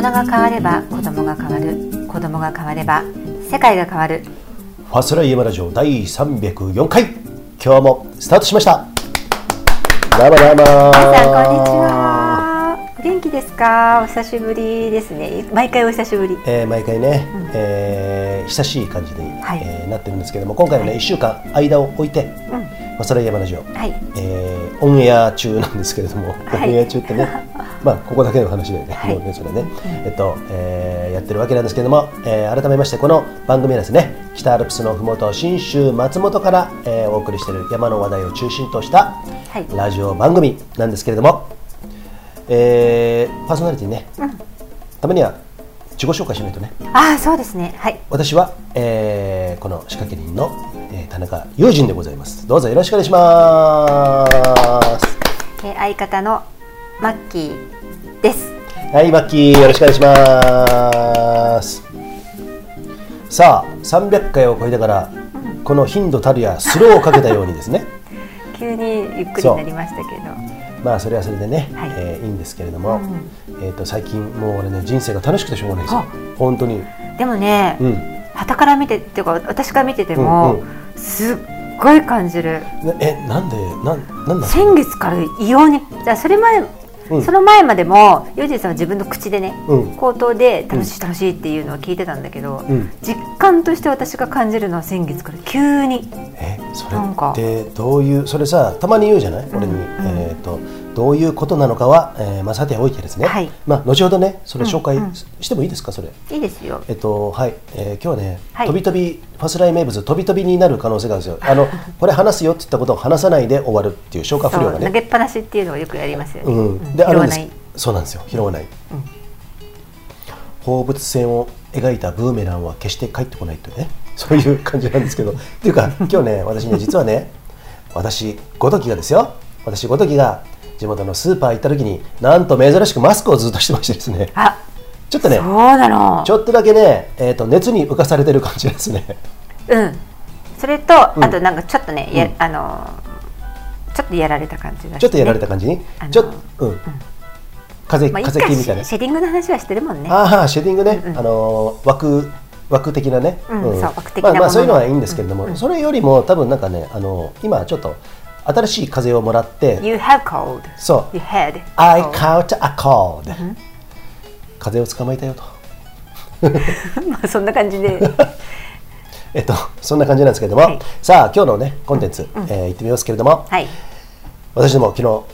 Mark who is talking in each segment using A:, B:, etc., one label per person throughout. A: が変われば子供が変わる子供が変われば世界が変わる
B: ファスライヤマラジオ第304回今日もスタートしましたどうもどうも
A: 皆さんこんにちはお元気ですかお久しぶりですね毎回お久しぶり
B: えー毎回ね、えー久しい感じに、
A: はい
B: えーなってるんですけども今回はね、
A: はい
B: 1週間間を置いて、
A: うん
B: ファスライヤマラジオ、
A: はい
B: えーオンエア中なんですけれども、
A: はい
B: オンエア中 ってねまあここだけの話だよね、
A: はい
B: もうねそれね、えっと、えーやってるわけなんですけれども、えー改めましてこの番組はですね北アルプスのふもと信州松本から、えーお送りしている山の話題を中心とした
A: はい
B: ラジオ番組なんですけれども、えーパーソナリティね、たまには自己紹介しないとね
A: ああそうですねはい
B: 私は、えーこの仕掛け人の、えー田中友人でございますどうぞよろしくお願いします
A: えー相方のマッキーです
B: はいマッキーよろしくお願いしますさあ300回を超えてから、この頻度たるやスローをかけたようにですね
A: 急にゆっくりになりましたけど
B: まあそれはそれでね、
A: はい
B: いえーいいんですけれども、えー、と最近もう俺ね人生が楽しくてしょうがないですよ
A: あ
B: 本当に
A: でもね、
B: うん
A: 旗から見てっていうか私から見てても、
B: うんう
A: すっごい感じる
B: なえなんでなんなんだろう
A: 先月から異様にじゃあそれ前、
B: うん
A: その前までもユージンさんは自分の口でね、
B: うん
A: 口頭で楽しい楽しいっていうのを聞いてたんだけど、
B: うん
A: 実感として私が感じるのは先月から急に
B: えそ
A: なんか
B: れってどういうそれさたまに言うじゃない俺に、
A: うん
B: えっ、とどういうことなのかは、えーまあ、さておいてですね、
A: はい
B: まあ、後ほどねそれ紹介
A: うんうん
B: ししてもいいですかそれ
A: いいですよ
B: えっとはい、えー今日はね、
A: はい
B: とびとびファスライ名物とびとびになる可能性があるんですよ あのこれ話すよって言ったことを話さないで終わるっていう消化不良
A: そ
B: が
A: う投
B: ね
A: げっぱなしっていうのをよくやりますよね、
B: うん、であ
A: 拾
B: る
A: わ
B: んで
A: な
B: す
A: い
B: そうなんですよ拾わない、放物線を描いたブーメランは決して帰ってこないというねそういう感じなんです けどっていうか今日ね私ね実はね私ごときがですよ私ごときが地元のスーパー行った時になんと珍しくマスクをずっとしてましてですね
A: あ
B: ちょっとね
A: そうなの
B: ちょっとだけね、えー、と熱に浮かされてる感じですね
A: うんそれと、
B: うん
A: あとなんかちょっとね、や
B: うん
A: あのーちょっとやられた感じがしてね、
B: ちょっとやられた感じに、
A: あの
B: ちょっとうん、風
A: まあ、いい
B: 風
A: か
B: 邪気みたいな
A: シェディングの話はしてるもんね
B: ああシェディングね、
A: うん
B: あのー枠枠的なね、
A: うんそう枠的な
B: まあま
A: も
B: あ
A: の
B: そういうのはいいんですけれども、
A: うんうん
B: それよりも多分なんかねあのー今ちょっと新しい風をもらって、
A: You have cold
B: そう
A: You had
B: I
A: cold
B: caught a cold、風を捕まえたよと
A: まあそんな感じで
B: えっとそんな感じなんですけれども、
A: はい
B: さあ今日のねコンテンツ、えー行ってみますけれども、
A: はい
B: 私ども昨日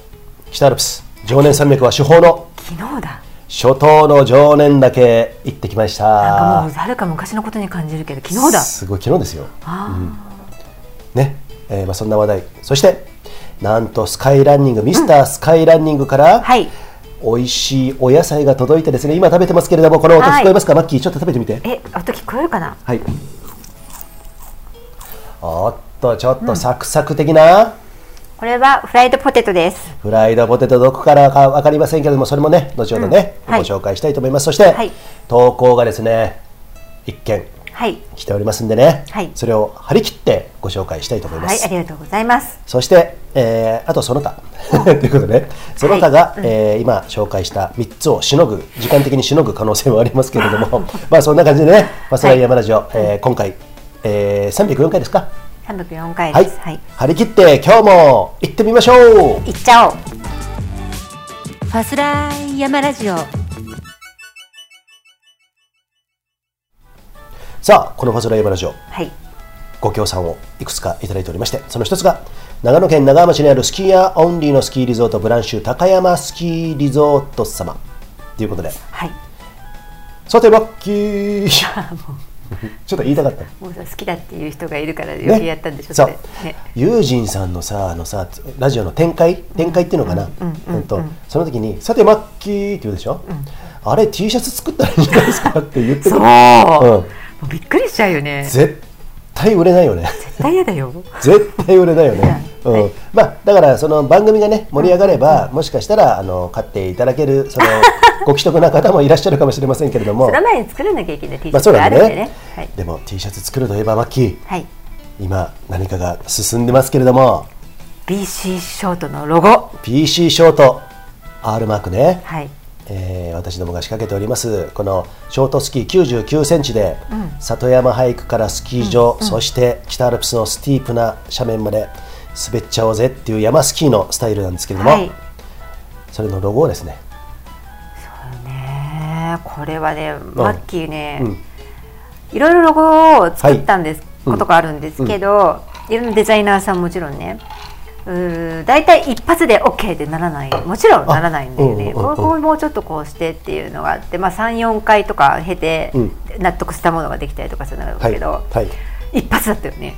B: 北アルプス常年山脈は主峰の
A: 昨日だ
B: 初冬の常年岳行ってきました
A: なんかもうはるか昔のことに感じるけど昨日だ
B: すごい昨日ですよ。うんね、えーまあそんな話題。そしてなんとスカイランニング、ミスタースカイランニングから、
A: はい
B: 美味しいお野菜が届いてですね。今食べてますけれどもこの音
A: はい
B: 聞こえますか、マッキーちょっと食べてみて。
A: え音聞こえるかな
B: はい。おっとちょっとサクサク的な。
A: これはフライドポテトです
B: フライドポテトどこからか分かりませんけれどもそれもね後ほどね、
A: うんはい
B: ご紹介したいと思いますそして、
A: はい
B: 投稿がですね一件
A: はい
B: 来ておりますんでね、
A: はい
B: それを張り切ってご紹介したいと思いま
A: はい
B: す、
A: ありがとうございます
B: そして、えーあとその他 ということで、ね、その他が、えー今紹介した3つをしのぐ時間的にしのぐ可能性もありますけれど もまあそんな感じでね「マスライヤマラジオ」えー今回、えー304回ですか
A: 304回
B: はい、
A: ですはい
B: 張り切って今日も行ってみましょう
A: いっちゃおう
C: ファスライヤマラジオ
B: さあこの「マスライヤマラジオ」
A: はい
B: ご協賛をいくつかいただいておりましてその一つが長野県長浜市にあるスキーヤーオンリーのスキーリゾートブランシュ高山スキーリゾート様ということで
A: はい
B: さてラッキーちょっと言いたかった
A: もうさ好きだっていう人がいるから余計やったんでしょ
B: そう
A: それね
B: ユージンさんのさあのさラジオの展開展開っていうのかな、うんとその時に「さてマッキー」って言うでしょ、あれ T シャツ作ったらいいんじゃないですかって言っ
A: そ
B: て
A: う、
B: くる
A: もうびっくりしちゃうよね絶
B: 絶対売れない よね
A: 対嫌だよ
B: 絶対売れないよね、う
A: はい
B: んまあ、だからその番組がね盛り上がれば、もしかしたらあの買っていただけるそ のご既得な方もいらっしゃるかもしれませんけれども
A: その前に作らなきゃいけない T シ
B: ま
A: ャ
B: あ
A: ツ
B: そう
A: が
B: な
A: あ
B: ん
A: るん
B: だ
A: で
B: ね、
A: ねはい
B: でも T シャツ作るといえばマッキー
A: はい
B: 今何かが進んでますけれども
A: BC ショートのロゴ
B: PC ショート R マークね、
A: はい
B: えー私どもが仕掛けておりますこのショートスキー9 9センチで、
A: うん
B: 里山ハイクからスキー場、そして北アルプスのスティープな斜面まで滑っちゃおうぜっていう山スキーのスタイルなんですけれども、
A: はい
B: それのロゴをですね、
A: ねえこれはね
B: ん
A: マッキーね、
B: うん
A: いろいろロゴを作ったんです、
B: うん
A: ことがあるんですけど、いろんなデザイナーさんもちろんねうー大体一発で OK ってならないもちろんならないんだよね
B: あうんうんうんうん
A: ここもうちょっとこうしてっていうのがあって、まあ、34回とか経て
B: うん
A: 納得したものができたりとかするんだろう
B: は
A: け
B: い
A: ど、
B: はい、
A: 一発だったよね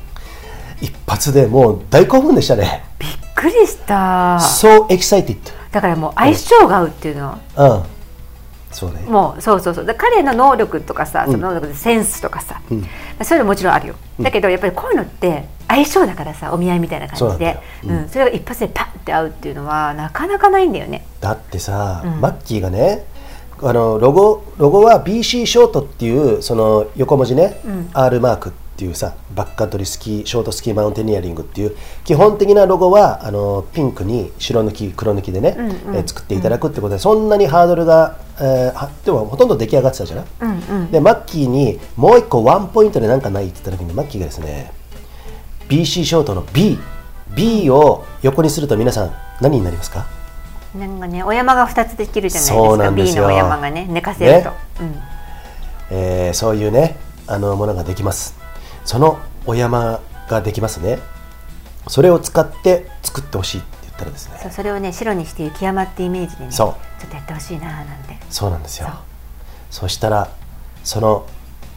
B: 一発でもう大興奮でしたね。
A: びっくりした
B: So excited、
A: だからもう相性が合うっていうのは
B: うん、そうね、
A: もうそうそうそうだから彼の能力とかさ
B: うん
A: その能力でセンスとかさ、
B: うん
A: そういうのもちろんあるよだけどやっぱりこういうのって相性だからさお見合いみたいな感じで
B: そう
A: そ,、う
B: な
A: ん
B: だようん
A: んそれが一発でパッて合うっていうのはなかなかないんだよね
B: だってさ、
A: うん
B: マッキーがねあのロゴロゴは BC ショートっていうその横文字ね、
A: ん
B: R マークっていうさバックカントリースキーショートスキーマウンテニアリングっていう基本的なロゴはあのピンクに白抜き黒抜きでね、
A: うんうん
B: えー作っていただくってことでそんなにハードルが、えーはでもほとんど出来上がってたじゃない、
A: うんうん
B: でマッキーにもう一個ワンポイントでなんかないって言った時にマッキーがですね BC ショートの B B を横にすると皆さん何になりますか
A: なんかねお山が2つできるじゃないで
B: そう
A: す
B: な
A: か
B: んです
A: B
B: よ
A: のお山がね寝かせると、
B: ね
A: うん、
B: えーそういうねあのものができますそのお山ができますねそれを使って作ってほしいって言ったらです
A: そう
B: ね
A: それをね白にして雪山ってイメージでねち
B: そう
A: ょっとやってほしいなーなんて
B: そうなんですよ
A: そう
B: そしたらその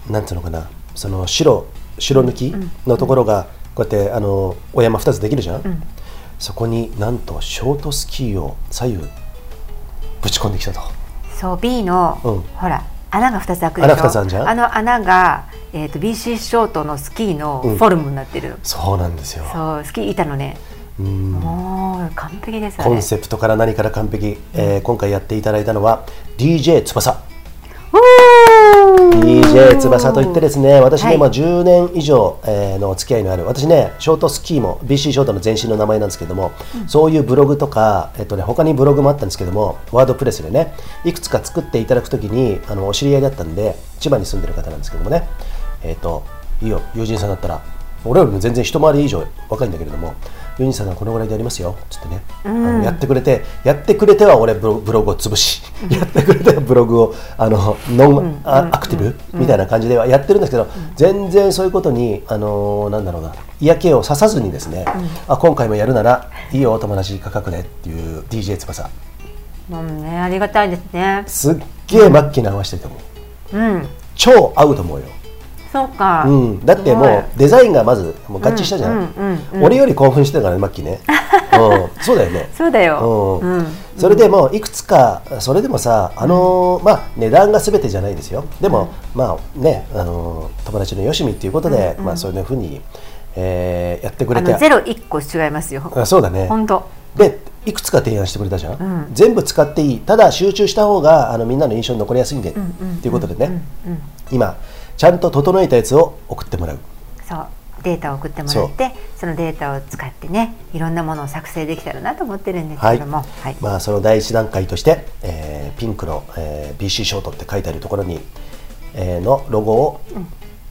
B: なんていうのかなその白白抜き
A: ん
B: のところがこうやってあのお山2つできるじゃん、
A: ん
B: そこになんとショートスキーを左右ぶち込んできたと
A: そう B の、
B: うん
A: ほら穴が2つ開くでしょ
B: 穴二つあんじゃん
A: の穴が、えー、と BC ショートのスキーの
B: うん
A: フォルムになってる、
B: そうなんですよ
A: そうスキー板のね
B: うん
A: もう完璧ですあ
B: コ
A: れ
B: ンセプトから何から完璧、えー今回やっていただいたのは DJ 翼
A: おー
B: DJ 翼といってですね私ね、
A: はい
B: まあ、10年以上、えーのお付き合いのある私ねショートスキーも BC ショートの前身の名前なんですけども、そういうブログとか、えっとね、他にブログもあったんですけどもワードプレスでねいくつか作っていただくときにあのお知り合いだったんで千葉に住んでる方なんですけどもねえっ、といいよ友人さんだったら俺よりも全然一回り以上若いんだけれども友人さんがこのぐらいでやりますよつってね、あのやってくれてやってくれては俺ブロブログを潰し、やってくれてはブログをあのノン、あアクティブ、みたいな感じではやってるんですけど、全然そういうことに、あのーなんだろうな嫌気をささずにですね、あ今回もやるならいいよお友達価格でっていう DJ 翼
A: もうねありがたいですね
B: すっげえ末期に合わせてると思う
A: うん
B: 超合うと思うよ、
A: そうか、
B: うん、だってもうデザインがまずもう合致したじゃん、
A: うんうんうんうん
B: 俺より興奮してたからね末期 ね、うん、そうだよね
A: すごいそうだよ、
B: うん
A: うん
B: それでもういくつかそれでもさあのーまあ値段がすべてじゃないですよでも、まあねあのー友達のよしみっていうことで、まあそういうふうに、えーやってく
A: あ
B: れて
A: のゼロ一個違いますよ
B: あそうだね
A: 本当
B: でいくつか提案してくれたじゃん、
A: うん
B: 全部使っていいただ集中した方があのみんなの印象に残りやすいんで、
A: んうん
B: っていうことでね、
A: うんうん
B: 今ちゃんと整えたやつを送ってもらう
A: そうデータを送ってもらってそのデータを使ってねいろんなものを作成できたらなと思ってるんです
B: は
A: け
B: い、
A: ども、はい
B: まあその第一段階として、えーピンクの、えー BC ショートって書いてあるところに、えーのロゴを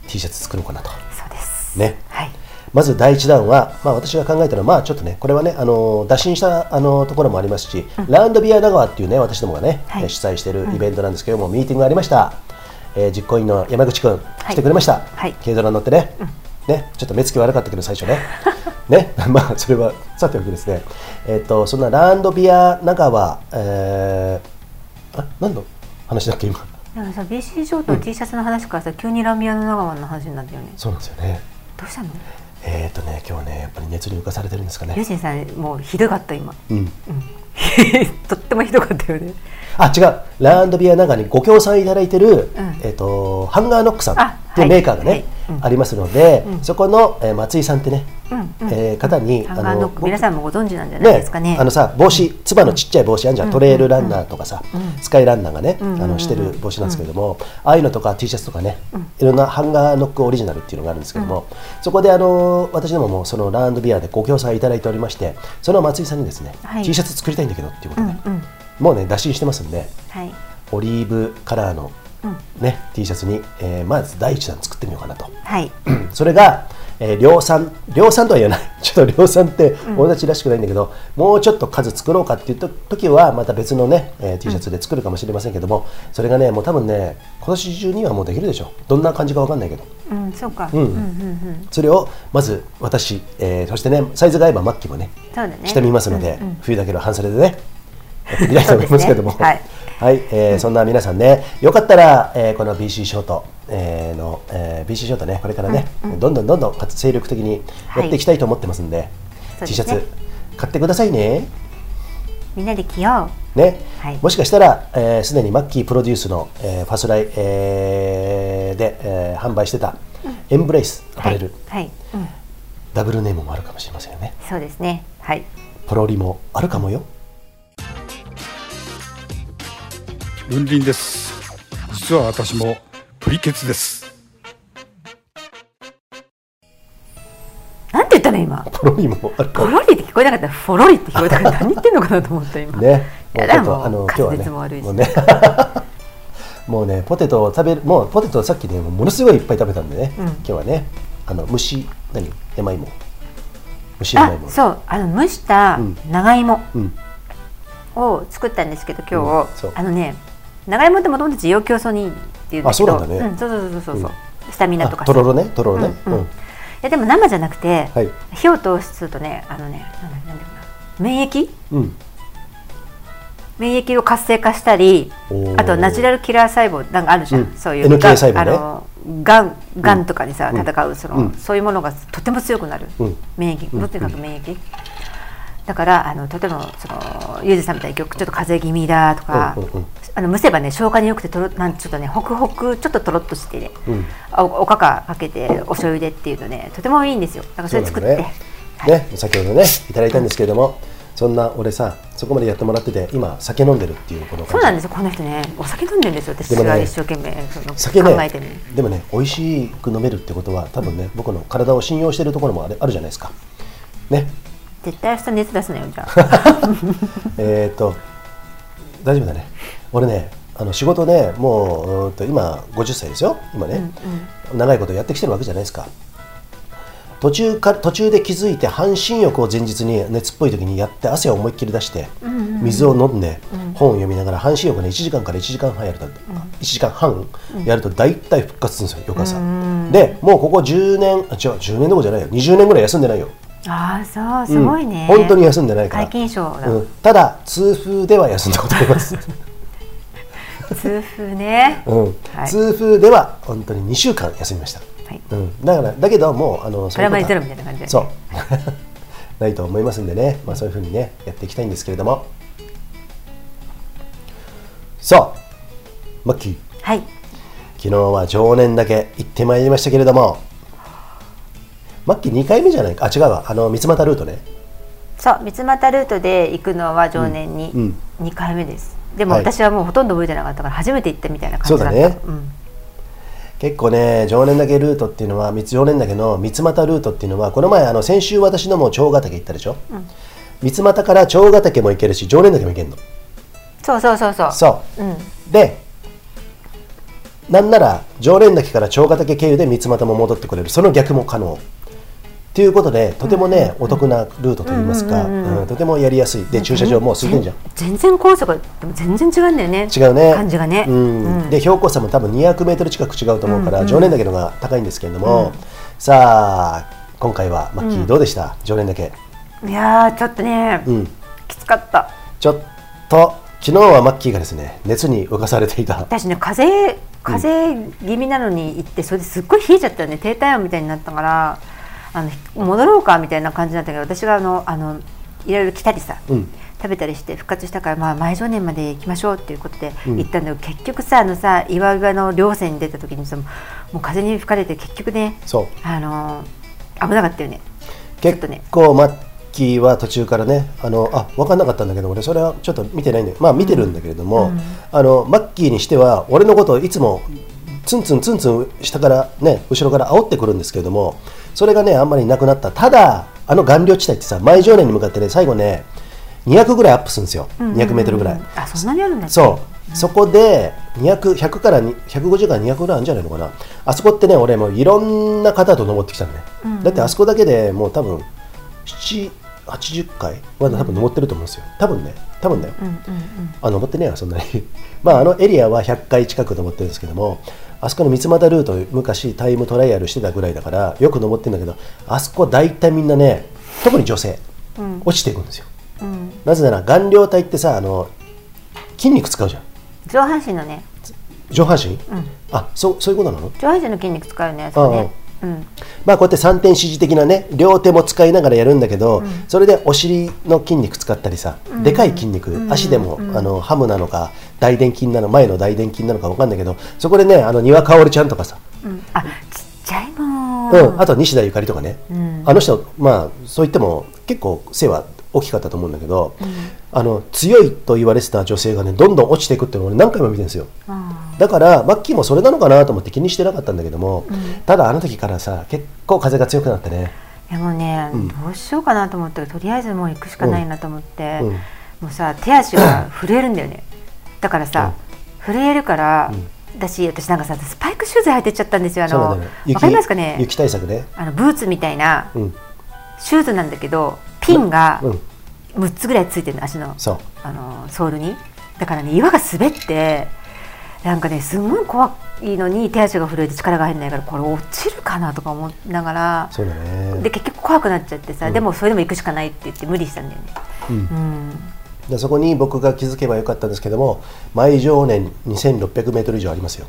B: T シャツ作ろうかなと、
A: そうです、
B: ね
A: はい
B: まず第一弾は、まあ、私が考えたのは、まあ、ちょっとねこれはねあの打診したあのところもありますし、ラウンドビア長川っていうね私どもがね、
A: はい
B: えー主催しているイベントなんですけども、ミーティングがありました、えー実行委員の山口君、
A: い
B: 来てくれました、
A: はい
B: 軽トラに乗ってね,、ねちょっと目つき悪かったけど最初 ねね まあそれはさておきですねえっ、とそんなラウンドビア長川、えー、あ何の話だっけ今
A: なんかさ BC ショートの T シャツの話からさ、急にラミアの長湾の話になったよね
B: そうなんですよね
A: どうしたの
B: えっ、とね今日ねやっぱり熱に浮かされてるんですか
A: ユ
B: ね
A: ージンさんもうひどかった今
B: うん
A: とってもひどかったよね
B: あ違うランドビア長にご協賛いただいてる、
A: ん
B: えっとハンガーノックさん
A: あ
B: って
A: は
B: いう
A: い
B: メーカーがね、
A: はいうん
B: ありますので、そこの、えー松井さんってね、
A: うんうん
B: えー方に
A: ハンガーノック皆さんもご存知なんじゃない
B: ね
A: ですかね
B: あのさ帽子つばのちっちゃい帽子あんじゃん、トレイルランナーとかさ、スカイランナーがね、あのしてる帽子なんですけれども、ああいうのとか T シャツとかね、いろんなハンガーノックオリジナルっていうのがあるんですけども、そこであの私どももそのランドビアでご協賛いただいておりましてその松井さんにですね、
A: はい
B: T シャツ作りたいんだけどっていうことで、
A: うんうん
B: もうね打診してますんで
A: はい
B: おオリーブカラーの、
A: うん
B: ね T シャツに、えーまず第一弾作ってみようかなと。
A: はい
B: うんそれが、えー量産量産とは言わない ちょっと量産って俺たちらしくないんだけど、もうちょっと数作ろうかっていうと時はまた別のね、えー T シャツで作るかもしれませんけども、それがねもう多分ね今年中にはもうできるでしょどんな感じかわかんないけど
A: うんそうか、
B: ん
A: うんうんうん
B: それをまず私、えーそしてねサイズが合えばマッキーもね
A: そうだね
B: してみますので、
A: うんうん
B: 冬だけの半袖で ねやってみたいと思いますけども、
A: そうですね
B: はい、えーそんな皆さんね、よかったら、えーこの BC ショート、えーの、えー BC ショートね、これからね、どんどんどんどん精力的にやっていきたいと思ってますんで、
A: そうで
B: T シ
A: す
B: ャ
A: ね
B: ツ買ってくださいね。
A: みんなで着よ
B: ね
A: はい
B: もしかしたらすで、えー既にマッキープロデュースの、えーファスライ、えーで、えー販売してた、エンブレイス
A: う
B: アパレル、
A: はい、はいうん、
B: ダブルネームもあるかもしれませんよね。
A: そうですねはい
B: ポロリもあるかもよ。
D: ルンリンです実は私もプリケツです
A: なんて言ったの今
B: ポロリもあるか
A: ポ
B: も。
A: ロリって聞こえなかったフォロリって聞こえ たから何言ってんのかなと思った今
B: ね、
A: いや
B: もうちょっ
A: でも滑
B: とあの今日はね、
A: 舌も悪いし
B: もうね、 もうねポテトを食べる、もうポテトをさっきねものすごいいっぱい食べたんでね、
A: うん
B: 今日はね、あの虫何山芋、虫山
A: あ
B: 芋、
A: そうあの蒸した
B: うん
A: 長芋
B: うん、
A: を作ったんですけど今
B: うん
A: 日、
B: そう
A: あのね長芋ってもともと滋養競争にいいっていうんだけど
B: あそうなんだね
A: んそうそうそうそうそう、スタミナとか
B: あとろろね、とろろね、
A: うん
B: う
A: うん
B: ん、
A: いやでも生じゃなくて、
B: はい
A: 火を通すとねあのねなんだなんだろうな免疫
B: うん、
A: 免疫を活性化したり
B: おー
A: あとナチュラルキラー細胞なんかあるじゃん、
B: うん
A: そういう
B: NK
A: がん
B: 細胞ね
A: あのがんがんとかにさ、
B: うん
A: 戦うその、
B: うん
A: そういうものがとても強くなる、
B: うん
A: 免疫とにかく免疫、だからあのとてもそのゆうじさんみたいに今日ちょっと風邪気味だとか、
B: うんうんうん
A: あの蒸せばね消化によくてとろなんちょっとねホクホクちょっととろっとしてね、
B: うん
A: おおかかかけてお醤油でっていうとねとてもいいんですよだからそれ作って、
B: ねね、先ほどねいただいたんですけれども、そんな俺さ、そこまでやってもらってて、今酒飲んでるっていうこの感じ。
A: そうなんですよこの人ねお酒飲んでるんですよ私
B: でもね
A: が一生懸命その
B: 酒
A: 考え
B: ね
A: てね、
B: でもね、美味しく飲めるってことは、多分ね、僕の体を信用してるところもあれあるじゃないですか。ね、
A: 絶対明日熱出すなよじゃあ
B: えーっと、大丈夫だね。俺ね、あの仕事ね、もううーんと今50歳ですよ。今ね、長いことやってきてるわけじゃないですか。途中か途中で気づいて半身浴を前日に熱っぽい時にやって汗を思いっきり出して水を飲んで本を読みながら半身浴ね1時間から1時間半やると1時間半やると大体復活するんですよ翌朝でもうここ10年あ違う10年どころじゃないよ20年ぐらい休んでないよ
A: ああそうすごいね、
B: うん本当に休んでないから
A: 皆勤賞だ、
B: うんただ痛風では休んだことあり ます、
A: 痛風ね、
B: うん
A: はい
B: 痛風では本当に2週間休みました、
A: はい
B: うん、だからだけどもうあの
A: プラマイゼロみ
B: い
A: たいな感じで
B: そう ないと思いますんでね、まあ、そういうふうにねやっていきたいんですけれどもさあマッキー
A: はい
B: 昨日は常年だけ行ってまいりましたけれどもマッキー2回目じゃないかあ違うわあの三俣ルートね
A: そう三つ俣ルートで行くのは常年に
B: うんうん
A: 二回目です、でも
B: はい
A: 私はもうほとんど覚えてなかったから初めて行ったみたいな感じだった
B: そうだね
A: ん
B: 結構ね常年岳ルートっていうのは三常年岳の三俣ルートっていうのはこの前あの先週私のもう長ヶ岳行ったでしょ、三俣から長ヶ岳も行けるし常年岳も行けるの
A: そうそうそうそう、
B: そう
A: ん、
B: うでなんなら常連岳から長ヶ岳経由で三俣も戻ってくれるその逆も可能ということでとてもね、お得なルートといいますか、うんとてもやりやすいで駐車場もうすいてんじゃん
A: 全然高速でも全然違うんだよね
B: 違うね
A: 感じがね、
B: うんで標高差も多分200メートル近く違うと思うから、常連岳の方が高いんですけれども、さあ今回はマッキーどうでした、常連岳
A: いやーちょっとね、
B: うん
A: きつかった
B: ちょっと昨日はマッキーがですね熱に浮かされていた
A: 私ね風邪風邪気味なのに行ってそれですっごい冷えちゃったよね低体温みたいになったからあのひ戻ろうかみたいな感じだったけど私があのあのいろいろ来たりさ、
B: うん
A: 食べたりして復活したから、まあ、前常年まで行きましょうっていうことで行ったんだけど、結局さあのさ岩岩の稜線に出た時にそのもう風に吹かれて結局ね
B: そう
A: あの危なかったよねちょっ
B: 結
A: とね
B: 構マッキーは途中からねあのあ分かんなかったんだけど俺それはちょっと見てないんだけどまあ見てるんだけれども、あのマッキーにしては俺のことをいつもツンツンツンツン下からね後ろから煽ってくるんですけれどもそれがねあんまりなくなったただあの顔料地帯ってさ前常年に向かってね最後ね200ぐらいアップするんですよ2 0 0ルぐらい、
A: あそんなにあるんだ
B: そうそこで200 100からに150から200ぐらいあるんじゃないのかなあそこってね俺もういろんな方と登ってきたのね、だってあそこだけでもう多分780回は多分登ってると思うんですよ多分ね多分だよ、あ登ってねえわそんなに まああのエリアは100回近く登ってるんですけどもあそこの三俣ルート昔タイムトライアルしてたぐらいだからよく登ってるんだけどあそこ大体みんなね特に女性、落ちていくんですよなぜなら顔料体ってさあの筋肉使うじゃん
A: 上半身のね
B: 上半身、あそうそういうことなの
A: 上半身の筋肉使うよねあそこねうん
B: まあこうやって三点指示的なね両手も使いながらやるんだけど、それでお尻の筋肉使ったりさ、でかい筋肉、足でも、あのハムなのか大臀筋なの前の大臀筋なのかわかんないけどそこでねあの庭かおるちゃんとかさ、
A: うんあちっちゃいもん
B: うん、あとは西田ゆかりとかね、あの人まあそう言っても結構背は大きかったと思うんだけど、あの強いと言われてた女性がねどんどん落ちていくっていうのを俺何回も見てるんですよ、だからマッキーもそれなのかなと思って気にしてなかったんだけども、ただあの時からさ結構風が強くなってね
A: いやもうね、
B: ん
A: どうしようかなと思ったけどとりあえずもう行くしかないなと思って、
B: うん
A: もうさ手足が震えるんだよねだからさ、震えるから、私私なんかさスパイクシューズ履いてっちゃったんですよあ
B: そう
A: の
B: な
A: わ
B: んだよ雪
A: かりますかね
B: 雪対策ね、
A: あのブーツみたいな
B: うん
A: シューズなんだけどピンが
B: うん、
A: 6つぐらいついてるの足の
B: そう
A: あのソールにだからね岩が滑ってなんかねすごい怖いのに手足が震えて力が入らないからこれ落ちるかなとか思いながら
B: そうだね
A: で結局怖くなっちゃってさ、
B: ん
A: でもそれでも行くしかないって言って無理したんだよね、
D: うん
A: うん
B: でそこに僕が気づけばよかったんですけども毎常年2 6 0 0ル以上ありますよ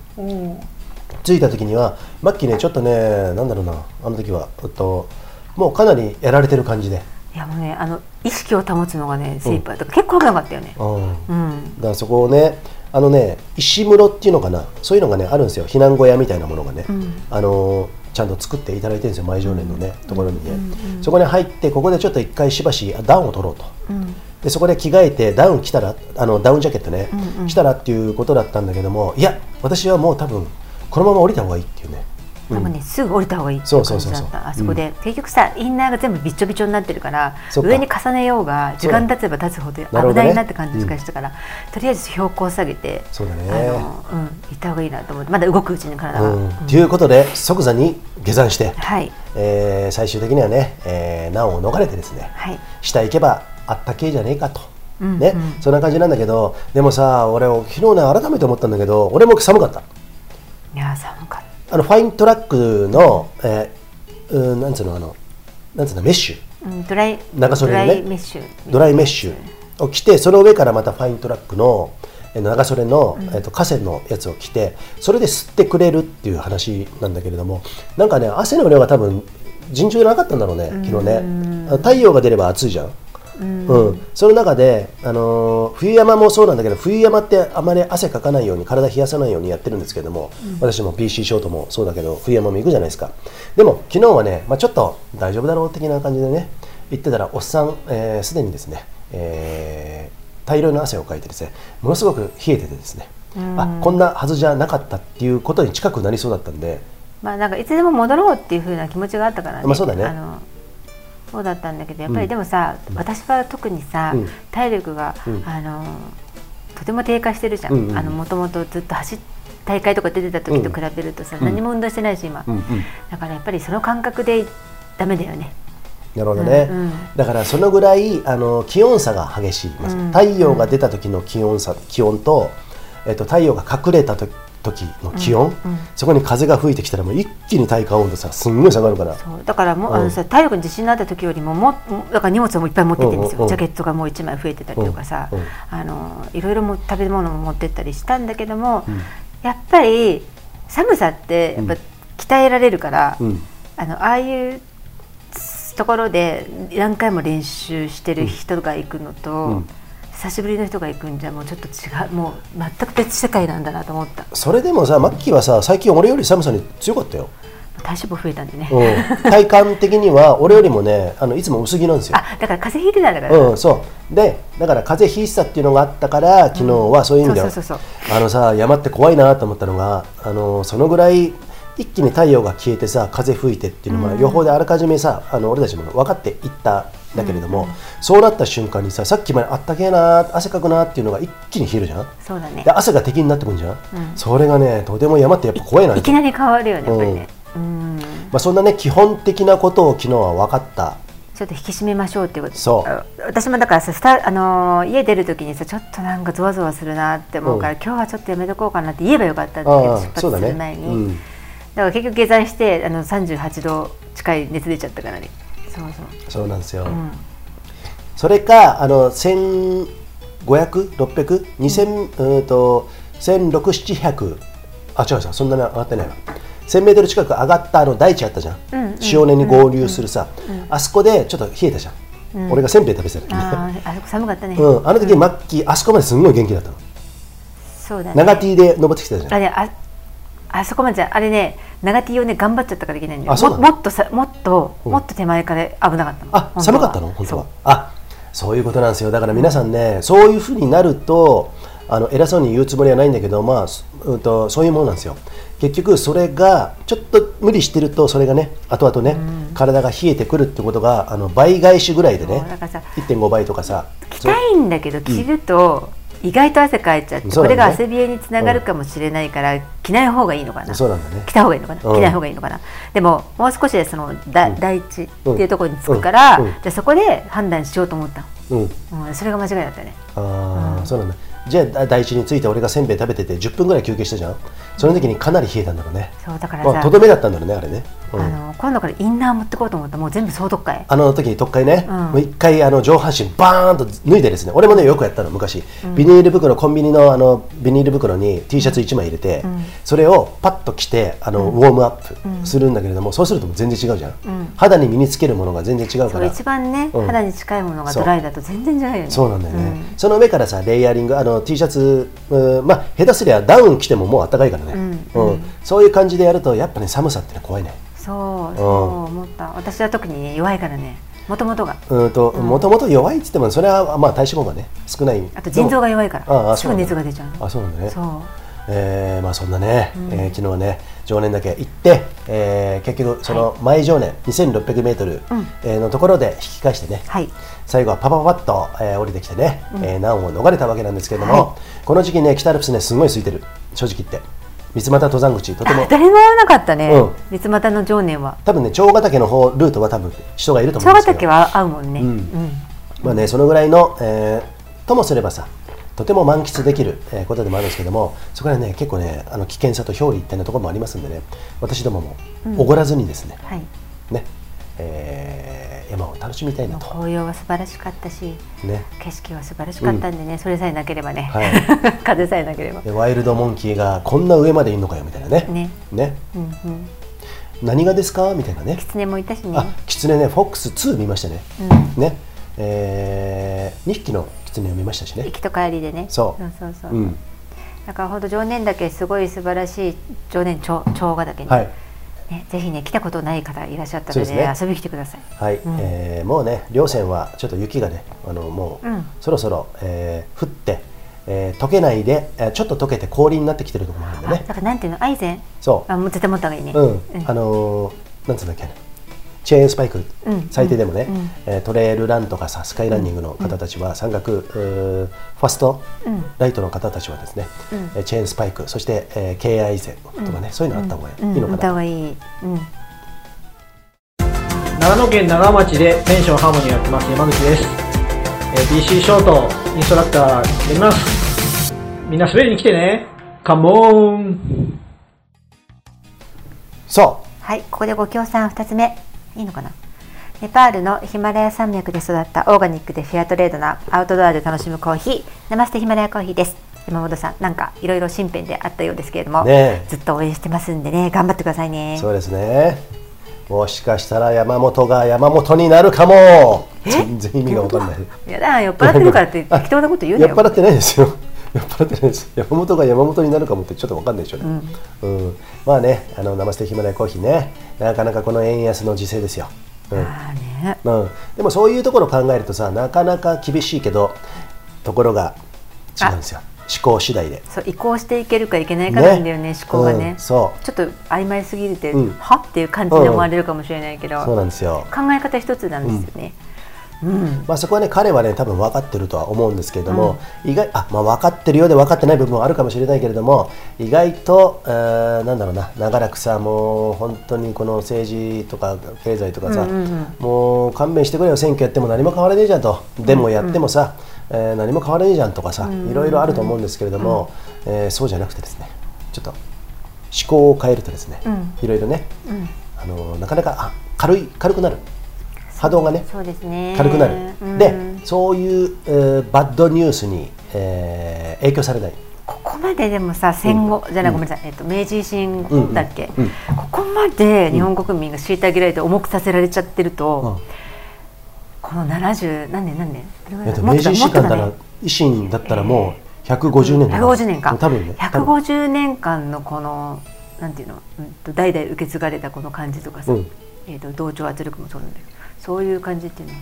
B: 着いた時にはマッキーねちょっとねなんだろうなあの時はえっともうかなりやられてる感じで、
A: いやもうねあの意識を保つのがね精一杯だから結構怖くなかったよね
B: うん、だ
A: うん
B: からそこをねあのね石室っていうのかなそういうのがねあるんですよ避難小屋みたいなものがね、あのーちゃんと作っていただいてるんですよ毎常年のね、ところにね、そこに入ってここでちょっと一回しばし暖を取ろうと、でそこで着替えてダウン着たらあのダウンジャケットね、着たらっていうことだったんだけどもいや私はもう多分このまま降りた方がいいっていうね、
A: 多分ねすぐ降りた方がいいって
B: そ
A: いう
B: うそ
A: 感
B: うそ
A: じだ
B: うそう
A: ったあそこで、結局さインナーが全部びっちょびちょになってるから
B: そっか
A: 上に重ねようが時間経てば経つほど
B: な
A: 危
B: るほど
A: な
B: ね
A: いなって感じしかしたから、とりあえず標高を下げて
B: そうだね
A: あの、うん、行った方がいいなと思ってまだ動くうちに体が、
B: う
A: うん
B: んということで即座に下山して、
A: はい
B: えー最終的にはね、えー難を逃れてですね、
A: はい
B: 下行けばあったけえじゃねえかと、
A: んうん
B: ね、そんな感じなんだけどでもさ俺昨日ね改めて思ったんだけど俺も寒かった
A: いやー寒かった
B: あのファイントラックの、えーうんなんつうのあのなんつうのメッシュ
A: うんドライ
B: 長袖のね
A: ドライメッシュ
B: ドライメッシュを着てその上からまたファイントラックのえー長袖の、えー、と河川のやつを着てそれで吸ってくれるっていう話なんだけれどもなんかね汗の量が多分尋常じゃなかったんだろうね昨日ね太陽が出れば暑いじゃん。うん、その中で、あのー冬山もそうなんだけど冬山ってあまり汗かかないように体冷やさないようにやってるんですけども、私も PC ショートもそうだけど冬山も行くじゃないですかでも昨日はね、まあ、ちょっと大丈夫だろう的な感じでね行ってたらおっさんすで、えー既にですね、えー大量の汗をかいてですねものすごく冷えててですねあこんなはずじゃなかったっていうことに近くなりそうだったんで
A: まあなんかいつでも戻ろうっていう風な気持ちがあったからね。
B: まあそうだね
A: のそうだったんだけどやっぱ
B: う
A: り
B: ん
A: でもさ、私は特にさ、
B: うん
A: 体力が、
B: うん
A: あのとても低下してるじゃん。
B: うんうん
A: あの元々ずっと走っ大会とか出てた時と比べるとさ、何も運動してないし今、
D: うんうん
A: だからやっぱりその感覚でダメだよね。
B: なるほどね、
A: うんうん
B: だからそのぐらいあの気温差が激しい、まず
A: うん
B: 太陽が出た時の気温差気温と,、えっと太陽が隠れた時時の気温、そこに風が吹いてきたらもう一気に体感温度さすんごい下がるから
A: そうだからもう、
B: うん
A: あのさ体力に自信のあった時よりもももだから荷物をもういっぱい持ってってんですよ、
B: うんうんうん
A: ジャケットがもう1枚増えてたりとかさ、
B: うんうん
A: あのいろいろも食べ物も持ってったりしたんだけども、やっぱり寒さってやっぱ鍛えられるから、
B: うん
A: あのああいうところで何回も練習してる人が行くのと、
B: ん
A: 久しぶりの人が行くんじゃもうちょっと違うもう全く別世界なんだなと思った
B: それでもさマッキーはさ最近俺より寒さに強かったよ、
A: 体脂肪増えたんでね、
B: うん、体感的には俺よりもねあのいつも薄着なんです よ
A: あだから風邪ひいてたんだから、
B: うん、そうでだから風邪ひいてたっていうのがあったから昨日はそういう意味では、
A: そうそうそう
B: あのさ山って怖いなと思ったのがあのそのぐらい一気に太陽が消えてさ風吹いてっていうのは、予報であらかじめさあの俺たちも分かっていっただけれども、そうなった瞬間にささっきまであったけえな汗かくなっていうのが一気に冷えるじゃん
A: そうだね
B: で汗が敵になってくるんじゃん、それがねとても山ってやっぱ怖いなっ
A: い
B: て
A: きなり変わるよね
B: う
A: や
B: ん
A: っぱりねうん
B: まあ、そんなね基本的なことを昨日は分かった
A: ちょっと引き締めましょうっていうこと
B: そう
A: あ私もだからさスタあのー家出るときにさちょっとなんかゾワゾワするなって思うから、
B: うん
A: 今日はちょっとやめとこうかなって言えばよかったんだけ
B: あ
A: ど
B: あ
A: 出
B: そうだ
A: 発す
B: ね
A: る前に、
B: うん
A: だから結局下山してあの38度近い熱出ちゃったからねそうそう
B: そうなんですよ、
A: ん
B: それかあの1500600200うーんと1600700あ違う違うそんなに上がってないわ 1000m 近く上がったあの大地あったじゃん、
A: んうん
B: 塩根に合流するさ、あそこでちょっと冷えたじゃん、俺がせんべい食べてたの、
A: あーあそこ寒かったね、
B: うん、あの時マッキーあそこまですんごい元気だったの
A: そうだね
B: 長 T で登ってきてたじゃん
A: あれああそこまでじゃあれね長 T をね頑張っちゃったからいけないんだよ
B: あそうなの
A: ももっとさもっと
B: うん
A: もっと手前から危なかったの
B: あ
A: 本当は
B: 寒かったの本当は
A: そ
B: あそういうことなんですよだから皆さんねそういうふうになるとあの偉そうに言うつもりはないんだけどまあすうんとそういうものなんですよ結局それがちょっと無理してるとそれがね後々ね、体が冷えてくるってことがあの倍返しぐらいでね
A: そうだからさ
B: 1.5倍とかさ
A: う着たいんだけど着ると、意外と汗かいちゃって、
B: そ
A: こ
B: うなんだ
A: れ
B: ね
A: が汗冷えにつながるかもしれないから、着ない方がいいのかな
B: そうなんだね
A: 着た方がいいのかな、
B: うん
A: 着ない方がいいのかなでももう少しでそのだ、第一っていうところに着くか
B: う
A: ら、
B: んうん
A: じゃあそこで判断しようと思った
B: そうん
A: の、うん、それが間違いだったね
B: あーそうなんだじゃあだ第一について俺がせんべい食べてて10分ぐらい休憩したじゃんその時にかなり冷えたんだろうね、
A: そうだからさ、
B: まあ、とどめだったんだろうねあれね、うん
A: あの今度からインナー持ってこうと思ったもう全部総読会
B: あの時に特会ね、
A: うん
B: もう一回あの上半身バーンと脱いでですね俺もねよくやったの昔、ビニール袋コンビニのあのビニール袋に T シャツ1枚入れて、それをパッと着てあの、ウォームアップするんだけれども、そうするともう全然違うじゃん、肌に身につけるものが全然違う
A: こ
B: か
A: れ
B: ら
A: 一番ね、
B: うん
A: 肌に近いものが
B: そう
A: ドライだと全然違うよね
B: そうなんだよね、その上からさレイヤリングあの T シャツ、うんまあ下手すりゃダウン着てももう暖かいからね、うんそういう感じでやるとやっぱね寒さってのは怖いね
A: そうそう
B: うん
A: 思った私は特にね弱いからねもともとが
B: うんともともと弱いっつってもそれはまあ体脂肪がね少ない
A: あと腎臓が弱いか
B: ああ
A: らすぐ熱が出ちゃうの
B: あそうなんだね
A: そう
B: えーまあそんなね、えー昨日はね常年だけ行って、えー結局その前常年 2600m、えーのところで引き返してね、
A: はい
B: 最後はパパパッと、えー降りてきてね、えー難を逃れたわけなんですけれども、
A: は
B: この時期ね北アルプスねすごい空いてる正直言って三俣登山口とて
A: あ
B: も
A: 誰も会わなかったね、
B: うん
A: 三股の常念は
B: 多分ね長ヶ岳の方ルートは多分人がいると思う
A: 長
B: んで
A: ヶ
B: すけ
A: 岳
B: ど
A: は合うもんね、
B: ん
A: うん
B: まあね、そのぐらいの、えーともすればさとても満喫できるえーことでもあるんですけどもそこらね結構ねあの危険さと表裏一体なところもありますんでね私どももおごらずにですね,、
A: はい
B: ねえー山を楽しみたいなと、
A: 紅葉は素晴らしかったし
B: ね、
A: 景色は素晴らしかったんでね、それさえなければね、
B: はい
A: 風さえなければ
B: でワイルドモンキーがこんな上までいるのかよみたいなね
A: ねうんうん
B: 何がですかみたいなね
A: 狐もいたしね
B: あキツネねフォックス2見ましたね、ね、え2匹のキツネを見ましたしね
A: 行きと帰りでね
B: そう
A: そうそうそう、
B: うん
A: だから本当常念岳すごい素晴らしい常念長長ヶ岳に、
B: はい
A: ね、ぜひね来たことない方いらっしゃった
B: そう
A: の
B: で
A: です遊
B: ね
A: びに来てください。
B: はい、えーもうね稜線はちょっと雪がねあのもう、
A: うん
B: そろそろ、えー降って、えー溶けないで、えーちょっと溶けて氷になってきてるところもあるんで
A: あ
B: ね
A: だからなんていうのアイゼン
B: そう
A: あもう絶対持った方がいいね。
B: うん、
A: うん
B: あのーなんつうんだっけチェーンスパイク、
A: うん
B: 最低でもね、
A: うん
B: えートレイルランとかさスカイランニングの方たちは、山岳うーファスト、
A: うん
B: ライトの方たちはですね、
A: うん
B: えーチェーンスパイクそして、えー、敬愛線とかね、そういうのあった方がいい,、
A: うん
B: いいのか
A: 持った
B: な
A: 方がいい。うん。
E: 長野県長町でペンションハーモニーやってます山口です、えー BC ショートインストラクターやりますみんな滑りに来てねカモーン
B: そう
A: はいここでご協賛二つ目いいのかな。ネパールのヒマラヤ山脈で育ったオーガニックでフェアトレードなアウトドアで楽しむコーヒーナマステヒマラヤコーヒーです。山本さんなんかいろいろ新編であったようですけれども、
B: ねえ
A: ずっと応援してますんでね頑張ってくださいね。
B: そうですね。もしかしたら山本が山本になるかも。全然意味がわかんない。
A: やだ酔っ払ってるからって適当なこと言うな
B: 酔っ
A: よ。
B: 払ってないですよ。酔っ払ってないです。山本が山本になるかもってちょっとわかんないでしょうね。うん。まあね、あの生ステヒマラヤコーヒーね、なかなかこの円安の時勢ですよ。うん。
A: あーね
B: うん、でもそういうところを考えるとさ、なかなか厳しいけど、ところが違うんですよ。思考次第で。
A: そう移行していけるかいけないかなんだよね
B: ね
A: 思考がね、
B: うんそう
A: ちょっと曖昧すぎて、
B: うん
A: はっていう感じで思われるかもしれないけど、
B: そうなんですよ。
A: 考え方一つなんですよね、ううん
B: まあ、そこはね彼はね多分分かってるとは思うんですけれども、意外あ、まあ、分かってるようで分かってない部分はあるかもしれないけれども意外と、えーなんだろうな長らくさもう本当にこの政治とか経済とかさ、
A: うんうんうん
B: もう勘弁してくれよ選挙やっても何も変わらねえじゃんとでもやってもさ、えー何も変わらねえじゃんとかさ、いろいろあると思うんですけれども、えーそうじゃなくてですねちょっと思考を変えるとですね、
A: うん
B: いろいろね、あのなかなかあ軽い軽くなる波動がね
A: そうですね
B: 軽くなる、
A: うん
B: でそういう、えーバッドニュースに、えー影響されない
A: ここまででもさ戦後、じゃないごめんなさい、えっと、明治維新後だっけ、
B: うんうん
A: ここまで日本国民が虐げられて重くさせられちゃってると、この70何年何年どれぐら
B: え
A: い
B: っ
A: だ
B: と明治維新間
A: も
B: だら
A: っとだね
B: 維新だったらもう150年だから
A: 150年間
B: 多分ね多分
A: 150年間のこのなんていうの、うんと、代々受け継がれたこの感じとかさ、
B: うん
A: えっと同調圧力もそうなんだけどそういう感じっていうのは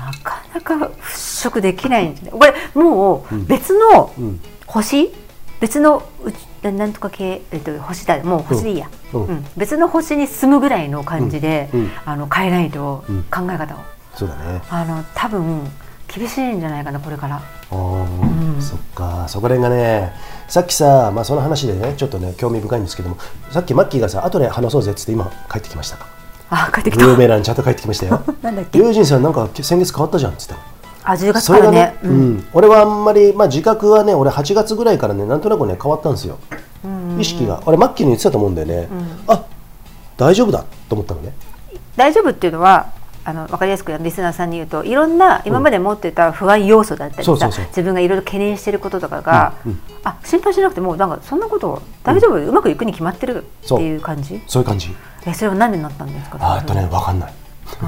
A: あのなかなか払拭できないんじゃないこれもう別の、
B: うん
A: 星別のうちななんとか系、えっと、星だもう星でいいや、
B: う
A: うんん別の星に住むぐらいの感じで、
B: うんうん
A: あの変えないと
B: うん
A: 考え方を、
B: そうだね
A: あの多分厳しいんじゃないかなこれから。
B: あー
A: うん
B: そっかそこら辺がねさっきさ、まあ、その話でねちょっとね興味深いんですけどもさっきマッキーがさ後で話そうぜっつって今帰ってきました
A: あ帰ってき
B: ブーメ
A: た。
B: ランちゃんと帰ってきましたよ
A: なんだっけ
B: 龍神さんなんか先月変わったじゃんっつって
A: あ10月
B: そ
A: か
B: れ
A: ら
B: が
A: ね
B: ね、
A: うん
B: うん俺はあんまり、まあ、自覚はね俺8月ぐらいからねなんとなくね変わったんですよ、意識が俺マッキーに言ってたと思うんだよね、あ大丈夫だと思ったのね
A: 大丈夫っていうのはあの分かりやすくリスナーさんに言うといろんな今まで持ってた不安要素だったりさ、
B: そうそうそう
A: 自分がいろいろ懸念してることとかが、あ心配しなくてもうなんかそんなこと大丈夫、うまくいくに決まってるっていう感じ
B: そういう感じ
A: えそれは何になったんですか
B: あーっとね分かんない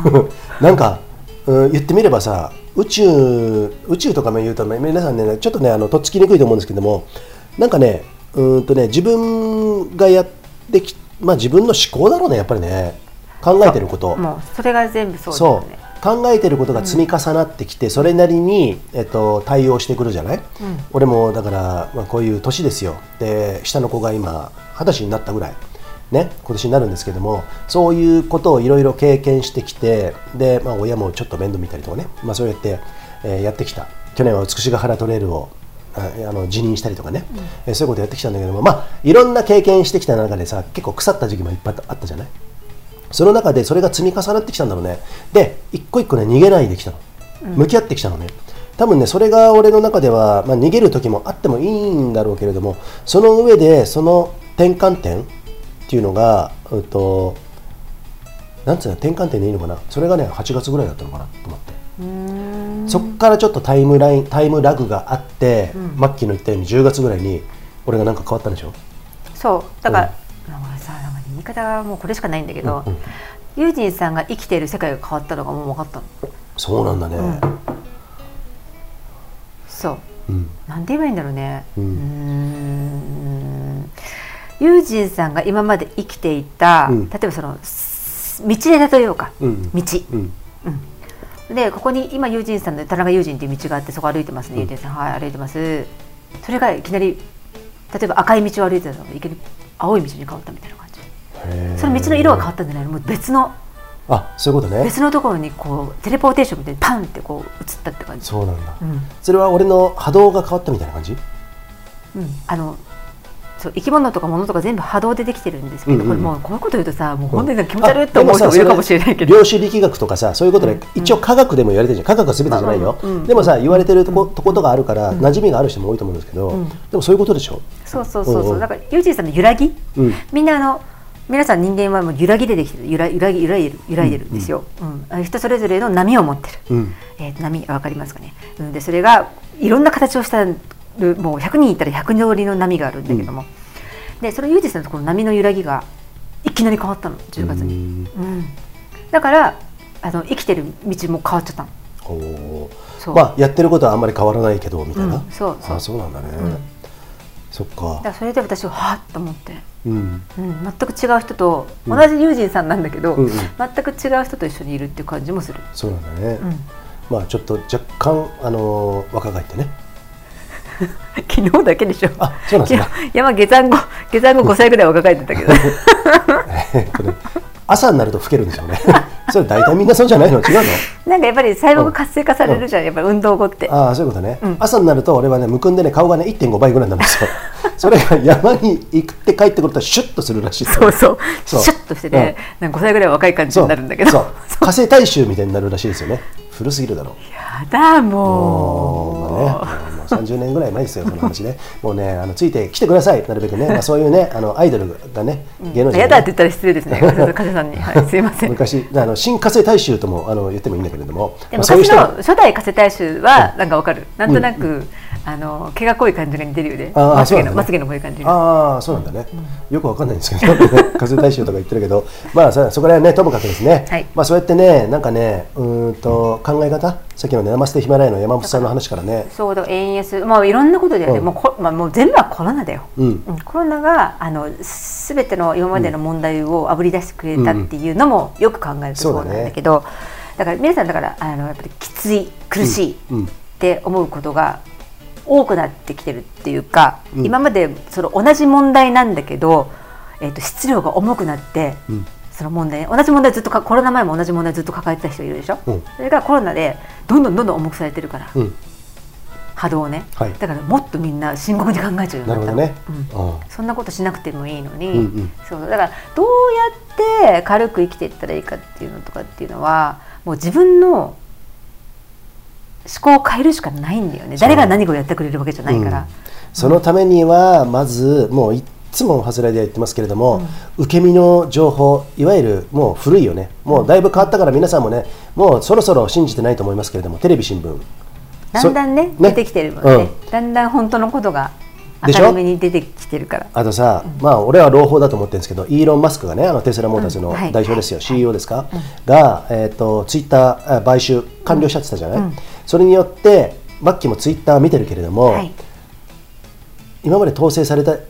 B: なんか、うん、言ってみればさ宇宙宇宙とかも言うとね皆さんねちょっとねあのとっつきにくいと思うんですけどもなんかねうーんとね自分がやってきまあ自分の思考だろうねやっぱりね考えてること
A: もうそれが全部そうです
B: そ
A: よ
B: う
A: ね
B: 考えてることが積み重なってきて、それなりに、えっと、対応してくるじゃない、俺もだから、まあ、こういう年ですよで下の子が今二十歳になったぐらい、ね、今年になるんですけどもそういうことをいろいろ経験してきてで、まあ、親もちょっと面倒見たりとかね、まあ、そうやって、えーやってきた去年は美しが原トレイルをああの辞任したりとかね、えーそういうことやってきたんだけども、まあ、いろんな経験してきた中でさ結構腐った時期もいっぱいあったじゃないその中でそれが積み重なってきたんだろうねで一個一個ね逃げないできたの向き合ってきたのね、多分ねそれが俺の中では、まあ、逃げる時もあってもいいんだろうけれどもその上でその転換点っていうのがうっとなんつうの転換点でいいのかなそれがね8月ぐらいだったのかなと思ってそっからちょっとタイムラインタイムラグがあって、マッキーの言ったように10月ぐらいに俺がなんか変わったんでしょ
A: そうだから、なんかさなんか言い方がもうこれしかないんだけど、ユージンさんが生きている世界が変わったのがもう分かったの
B: そうなんだね、
A: そう
B: うん
A: なんて言えばいいんだろうね
B: うん
A: うんんユージンさんが今まで生きていた、
B: うん
A: 例えばそのす道で例えようか、
B: うん
A: 道
B: うん
A: でここに今ユージンさんの田中ユージンっていう道があってそこ歩いてますね、ユージンさんはい歩いてますそれがいきなり例えば赤い道を歩いてたのがいきなり青い道に変わったみたいな感じ
B: へー
A: その道の色が変わったんじゃないのもう別の
B: あそういうことね
A: 別のところにこうテレポーテーションみたいにパンってこう移ったって感じ
B: そうなんだ、
A: ん
B: それは俺の波動が変わったみたいな感じ
A: あのそう生き物とか物とか全部波動でできてるんですけど、
B: うんうんう
A: こ
B: ん
A: れもうこういうこと言うとさもう本当になんか気持ち悪いって思う人もいるかもしれないけど
B: 量子力学とかさそういうことで、一応科学でも言われてるじゃん科学は全てじゃないよ、でもさ言われてるとこ,、とことがあるから、馴染みがある人も多いと思うんですけど、でもそういうことでしょ
A: そうそうそう
B: うん
A: そううんだからユージンさんの揺らぎ、
B: うん
A: みんなあの皆さん人間はもう揺らぎでできてる揺ら揺らぎ揺らいでる揺らいでるんですよ、うんあの人それぞれの波を持ってる、
B: うん
A: えー波わかりますかね、うん、でそれがいろんな形をしたるもう100人いたら100通りの波があるんだけども、でそのユージンさんのとこの波の揺らぎがいきなり変わったの10月に。うん、だからあの生きてる道も変わっちゃったの
B: おー
A: そう
B: まあやってることはあんまり変わらないけどみたいな、
A: うんそうそう
B: あそうなんだね、そっ
A: だ
B: か
A: からそれで私ははっと思って、
B: うん
A: うん、全く違う人と同じ友人さんなんだけど、
B: うんうん
A: 全く違う人と一緒にいるっていう感じもする
B: そうなんだね、まあちょっと若干あのー若返ってね
A: 昨日だけでしょ
B: あそうなんですか
A: 昨日山下山後下山後5歳ぐらいは若返ってたけど
B: えっとね朝になると老けるんですよね それ大体みんなそうじゃないの違うの
A: なんかやっぱり細胞が活性化されるじゃん、やっぱり運動後って
B: ああそういうことね、朝になると俺はねむくんでね顔がね1.5倍ぐらいになるんで すよそれが山に行って帰ってくるとシュッとするらしいです
A: そ
B: よ
A: うそう
B: そう
A: シュッとしてね、なんか5歳ぐらい若い感じ
B: そう
A: になるんだけど
B: そう火星大衆みたいになるらしいですよね古すぎるだろう
A: やだ
B: も
A: もう
B: うね、もう30年ぐらい前ですよ、この話ね、もうね、あのついてきてください、なるべくね、まあ、そういうね、あのアイドルがね、芸能人がね、
A: やだって言ったら失礼ですね、ごめんなさい加瀬さんに、 はい、すいません。
B: 昔、あの新火星大衆ともあの言ってもいいんだけれども、
A: で
B: まあ
A: も
B: そういう
A: 昔
B: 人
A: の
B: が
A: 初代加瀬大衆はなんかわかる、なんとなく、
B: う
A: あの毛が濃い感じが似てるよね、
B: あー
A: まつげ
B: そ
A: の
B: うなんだね
A: まつげの濃い感じが。
B: ああ、そうなんだね、よくわかんないんですけど、 火星大衆とか言ってるけど、まあ、そそこら辺ね、ともかくですね、
A: はい
B: まあ、そうやってね、なんかね、うーんと考え方、さっきのね、生捨てヒマラヤの山本さんの話からね、
A: そうだ円安、まあ、いろんなことで、
B: うん
A: もうこ、まあ、もう全部はコロナだよ、
B: うん
A: うんコロナがあのすべての今までの問題をあぶり出してくれたっていうのもよく考えるとそうなんだけど、だから皆さんだからあのやっぱりきつい苦しいっ
B: うんうん
A: て思うことが多くなってきてるっていうか、
B: うん
A: 今までその同じ問題なんだけど、えっと質量が重くなって、
B: ん
A: その問題同じ問題ずっとかコロナ前も同じ問題ずっと抱えてた人いるでしょ、
B: うん
A: それがコロナでどんどんどんどん重くされてるから、
B: うん、
A: 波動をね、
B: はい
A: だからもっとみんな深刻に考えちゃうように
B: な
A: なっ
B: るほ
A: たの
B: どね、
A: うん
B: あ
A: そんなことしなくてもいいのに、
B: うんうん
A: そうだからどうやって軽く生きていったらいいかっていうのとかっていうのはもう自分の思考を変えるしかないんだよね誰が何をやってくれるわけじゃないから、
B: うんそのためにはまずもういっつもハズレで言ってますけれども、受け身の情報いわゆるもう古いよねもうだいぶ変わったから皆さんもねもうそろそろ信じてないと思いますけれどもテレビ新聞
A: だんだんね
B: そ
A: 出てきてるもんね
B: うん
A: だんだん本当のことが
B: で
A: 明
B: しょ
A: るめに出てきてるから
B: あとさ、まあ俺は朗報だと思ってるんですけど、イーロン・マスクがね、あのテスラモーターズ
A: う
B: の
A: んはい
B: 代表ですよ、CEO ですか、が、えっとツイッターあ買収完了しちゃってたじゃない、それによって、マッキーもツイッター見てるけれども、
A: はい
B: 今まで統制されたよ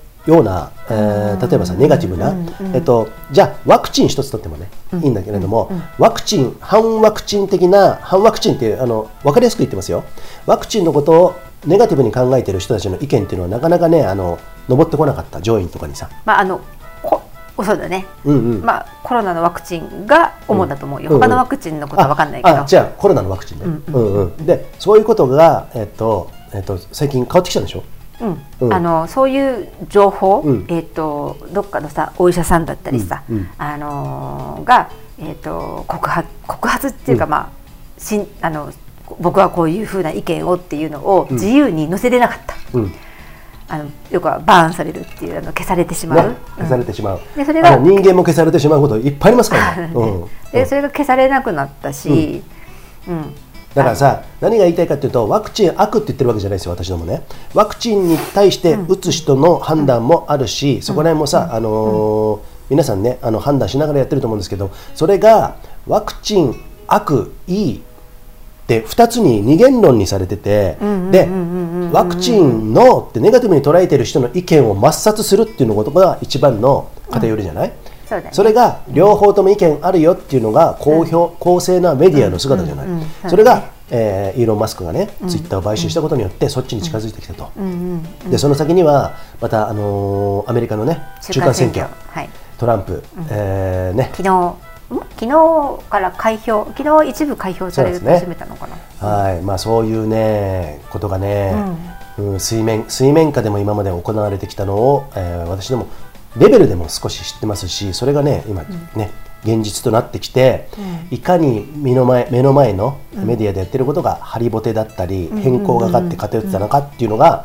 B: うな、えー例えばさネガティブな、えっと、じゃあワクチン一つとってもね、いいんだけれども、ワクチン反ワクチン的な反ワクチンってあの分かりやすく言ってますよワクチンのことをネガティブに考えている人たちの意見っていうのはなかなかねあの上ってこなかった上院とかにさ、
A: まああのこそうだね、
B: うんうん
A: まあコロナのワクチンが主だと思うよ、
B: うん
A: 他のワクチンのことは分かんないけど、
B: ああじゃあコロナのワクチンね、うんうんでそういうことが、えっとえっと、最近変わってきたんでしょ
A: うん
B: うん
A: あのそういう情報、
B: うん
A: えっ、とどっかのさお医者さんだったりさ、
B: うんうん
A: あのーがえっ、と告発告発っていうか、まあしんあの僕はこういうふうな意見をっていうのを自由に載せれなかった、
B: うん
A: あのよくはバーンされるっていうあの消されてしまう、
B: ね、消されてしまう、
A: でそれが
B: あの人間も消されてしまうこといっぱいありま すからね、うんうん
A: でそれが消されなくなったし、うん
B: だからさ、何が言いたいかというと、ワクチン悪って言ってるわけじゃないですよ、私どもね。ワクチンに対して打つ人の判断もあるし、そこら辺もさ、あのー皆さんね、あの判断しながらやってると思うんですけど、それがワクチン悪、いいって2つに二元論にされてて、で、ワクチンのってネガティブに捉えてる人の意見を抹殺するっていうのことが一番の偏りじゃない、
A: そうだね
B: それが両方とも意見あるよっていうのが公表、公正なメディアの姿じゃない、それが、えーイーロン・マスクがね、ツイッターを買収したことによってそっちに近づいてきたと、でその先にはまた、あのーアメリカのね中間選挙
A: はい
B: トランプ、えーね
A: 昨日ん昨日から開票昨日一部開票される
B: そうです
A: と始
B: ね
A: めたのかな、
B: はいまあ、そういうねことがね、うん水面水面下でも今まで行われてきたのを、えー私どもレベルでも少し知ってますしそれがね今ね、現実となってきて、いかに目の前目の前のメディアでやってることがハリボテだったり、変更がかって偏ってたのかっていうのが、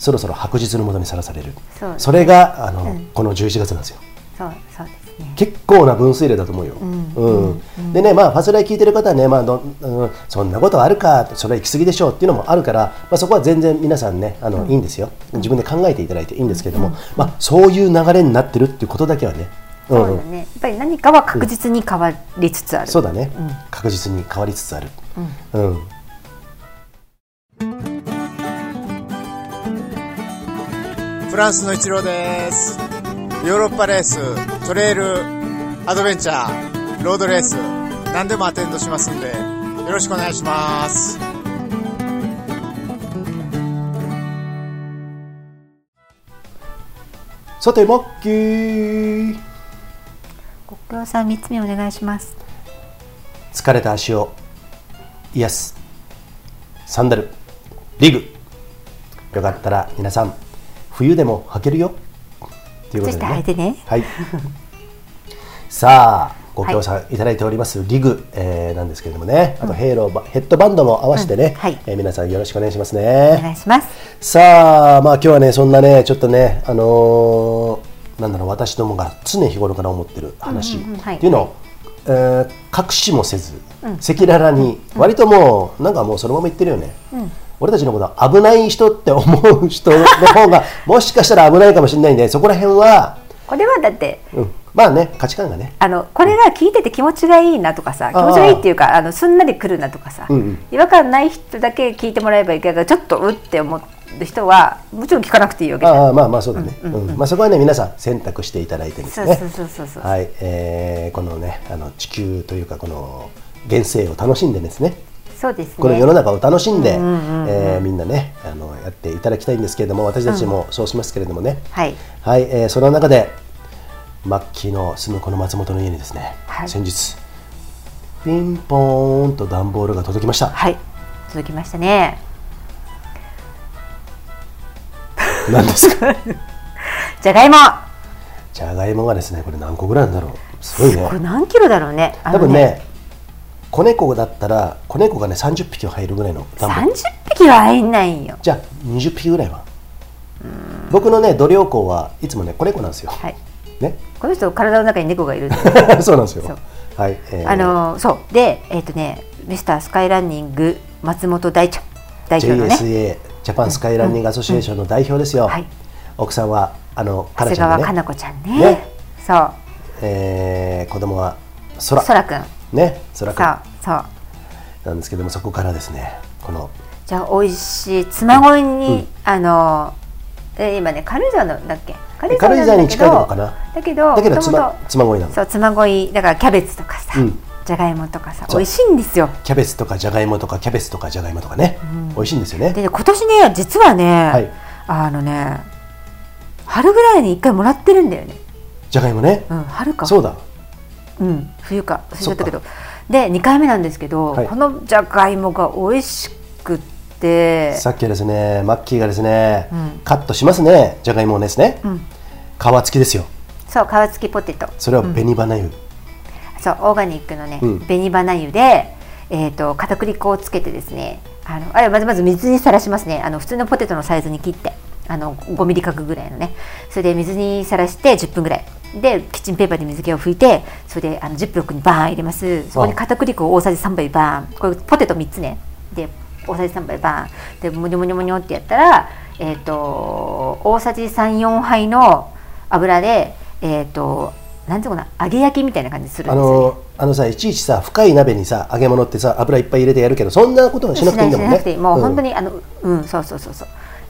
B: そろそろ白日のもとにさらされる
A: そうですね
B: それがあの、この11月なんですよ。
A: そうそうですね
B: 結構な分水嶺だと思うよ。うんでね、まあ、ファスライ聞いてる方はね、まあどうん、そんなことあるか、それは行き過ぎでしょうっていうのもあるから、まあ、そこは全然皆さんねあの、いいんですよ、自分で考えていただいていいんですけれども、まあ、そういう流れになってるっていうことだけはね、う
A: そ
B: ん
A: うだね、やっぱり何かは確実に変わりつつある、
B: そうだね、確実に変わりつつある。うん
F: フランスの一郎です。ヨーロッパレース、トレイル、アドベンチャー、ロードレース、何でもアテンドしますんで、よろしくお願いします。
B: さて、マッキー、
A: ご協賛三つ目お願いします
B: 疲れた足を癒すサンダルリグよかったら皆さん冬でも履けるよというこ
A: 靴
B: とで、ね、
A: 下履いてね
B: はいさあご協賛いただいております、リグ、えーなんですけれどもねあとヘイローば、ヘッドバンドも合わせて
A: う
B: ね、
A: んはい
B: えー皆さんよろしくお願いしますね
A: お願いします
B: さあ、まあ今日はね、そんなね、ちょっとね、あのーなんだろう、私どもが常日頃から思ってる話
A: う
B: っ
A: んうんうんはい
B: ていうのを、えー隠しもせず、赤裸々に、割ともう、なんかもうそのまま言ってるよね。俺たちのこと危ない人って思う人の方 がもしかしたら危ないかもしれないんでそこら辺は、
A: これはだって
B: うん、まあね価値観がね
A: あのこれが聞いてて気持ちがいいなとかさ気持ちがいいっていうかあのすんなりくるなとかさ、
B: うんうん
A: 違和感ない人だけ聞いてもらえばいいけどちょっとうって思う人はもちろん聞かなくていいわけじゃん
B: ああまあまあそうだね、うんまあ、そこはね皆さん選択していただいてですね
A: そうそうそうそうそう
B: はい、えーこのねあの地球というかこの現世を楽しんでですね
A: そうですね
B: この世の中を楽しんで、えーみんなねあのやっていただきたいんですけれども私たちもそうしますけれどもね、
A: はい
B: はい、えーその中でマッキーの住むこの松本の家にですね、
A: はい
B: 先日ピンポーンと段ボールが届きま した、
A: はい続きましたね
B: 何ですか
A: じゃがいも
B: じゃがいもがですねこれ何個ぐらいなんだろうすごいね
A: これ何キロだろうねあの
B: 多分ね子猫だったら子猫がね30匹は入るぐらいの段ボール
A: 30匹は入んないんよ
B: じゃあ20匹ぐらいは僕のね度量衡はいつもね子猫なんですよ、
A: はい
B: ね
A: この人体の中に猫がいるんで
B: そうなんですよ
A: そう
B: はい、えー
A: あのそうでえっ、とねミスタースカイランニング松本大ちゃん代表のね
B: JSA ジャパンスカイランニングアソシエーションの代表ですよ、
A: はい
B: 奥さんはあの
A: 長
B: カラ
A: 谷
B: ちゃ
A: 川
B: んで
A: か
B: ね
A: な子ちゃんね
B: ね
A: そう
B: えー子供は空
A: そらくん
B: ね空くん
A: そうそう
B: なんですけどもそこからですねこの
A: じゃあ美味しい妻恋に、あのえ今ね軽井沢のだっけ軽
B: 軽井沢に近いのかな
A: だけど
B: だけど
A: 元々
B: 妻妻恋なの
A: そう妻恋だからキャベツとかさ、
B: うん
A: じゃがいもとかさ
B: そう
A: 美味しいんですよ
B: キャベツとかじゃがいもとかキャベツとかじゃがいもとかね、美味しいんですよね
A: でね今年ね実はね、
B: い
A: あのね春ぐらいに一回もらってるんだよね、
B: じゃがいもね、
A: うん、春か
B: そうだ
A: うん、冬か忘れちゃったけ
B: そ
A: どで2回目なんですけど、
B: はい
A: このじゃがいもが美味しくって
B: さっきはですねマッキーがですね、
A: ん
B: カットしますねじゃがいもをですね、
A: ん
B: 皮付きですよ
A: そう皮付きポテト
B: それを紅花油、
A: そうオーガニックのね、
B: うん
A: 紅花油で、えー、と片栗粉をつけてですねあのあまずまず水にさらしますねあの普通のポテトのサイズに切ってあの5ミリ角ぐらいのねそれで水にさらして10分ぐらいでキッチンペーパーで水気を拭いてそれであのジップロックにバーン入れますそこに片栗粉を大さじ3杯バーンこれポテト3つねで大さじ3杯バーンでモニョモニョモニョってやったら、えー、と大さじ34杯の油でえっ、となんていうのかな揚げ焼きみたいな感じするん
B: あ
A: ですよ、ね、
B: のあのさいちいちさ深い鍋にさ揚げ物ってさ油いっぱい入れてやるけどそんなことはしなくていいんだもんね
A: しないしなくていいもう本当
B: に、
A: に、あのうんそうそうそうそう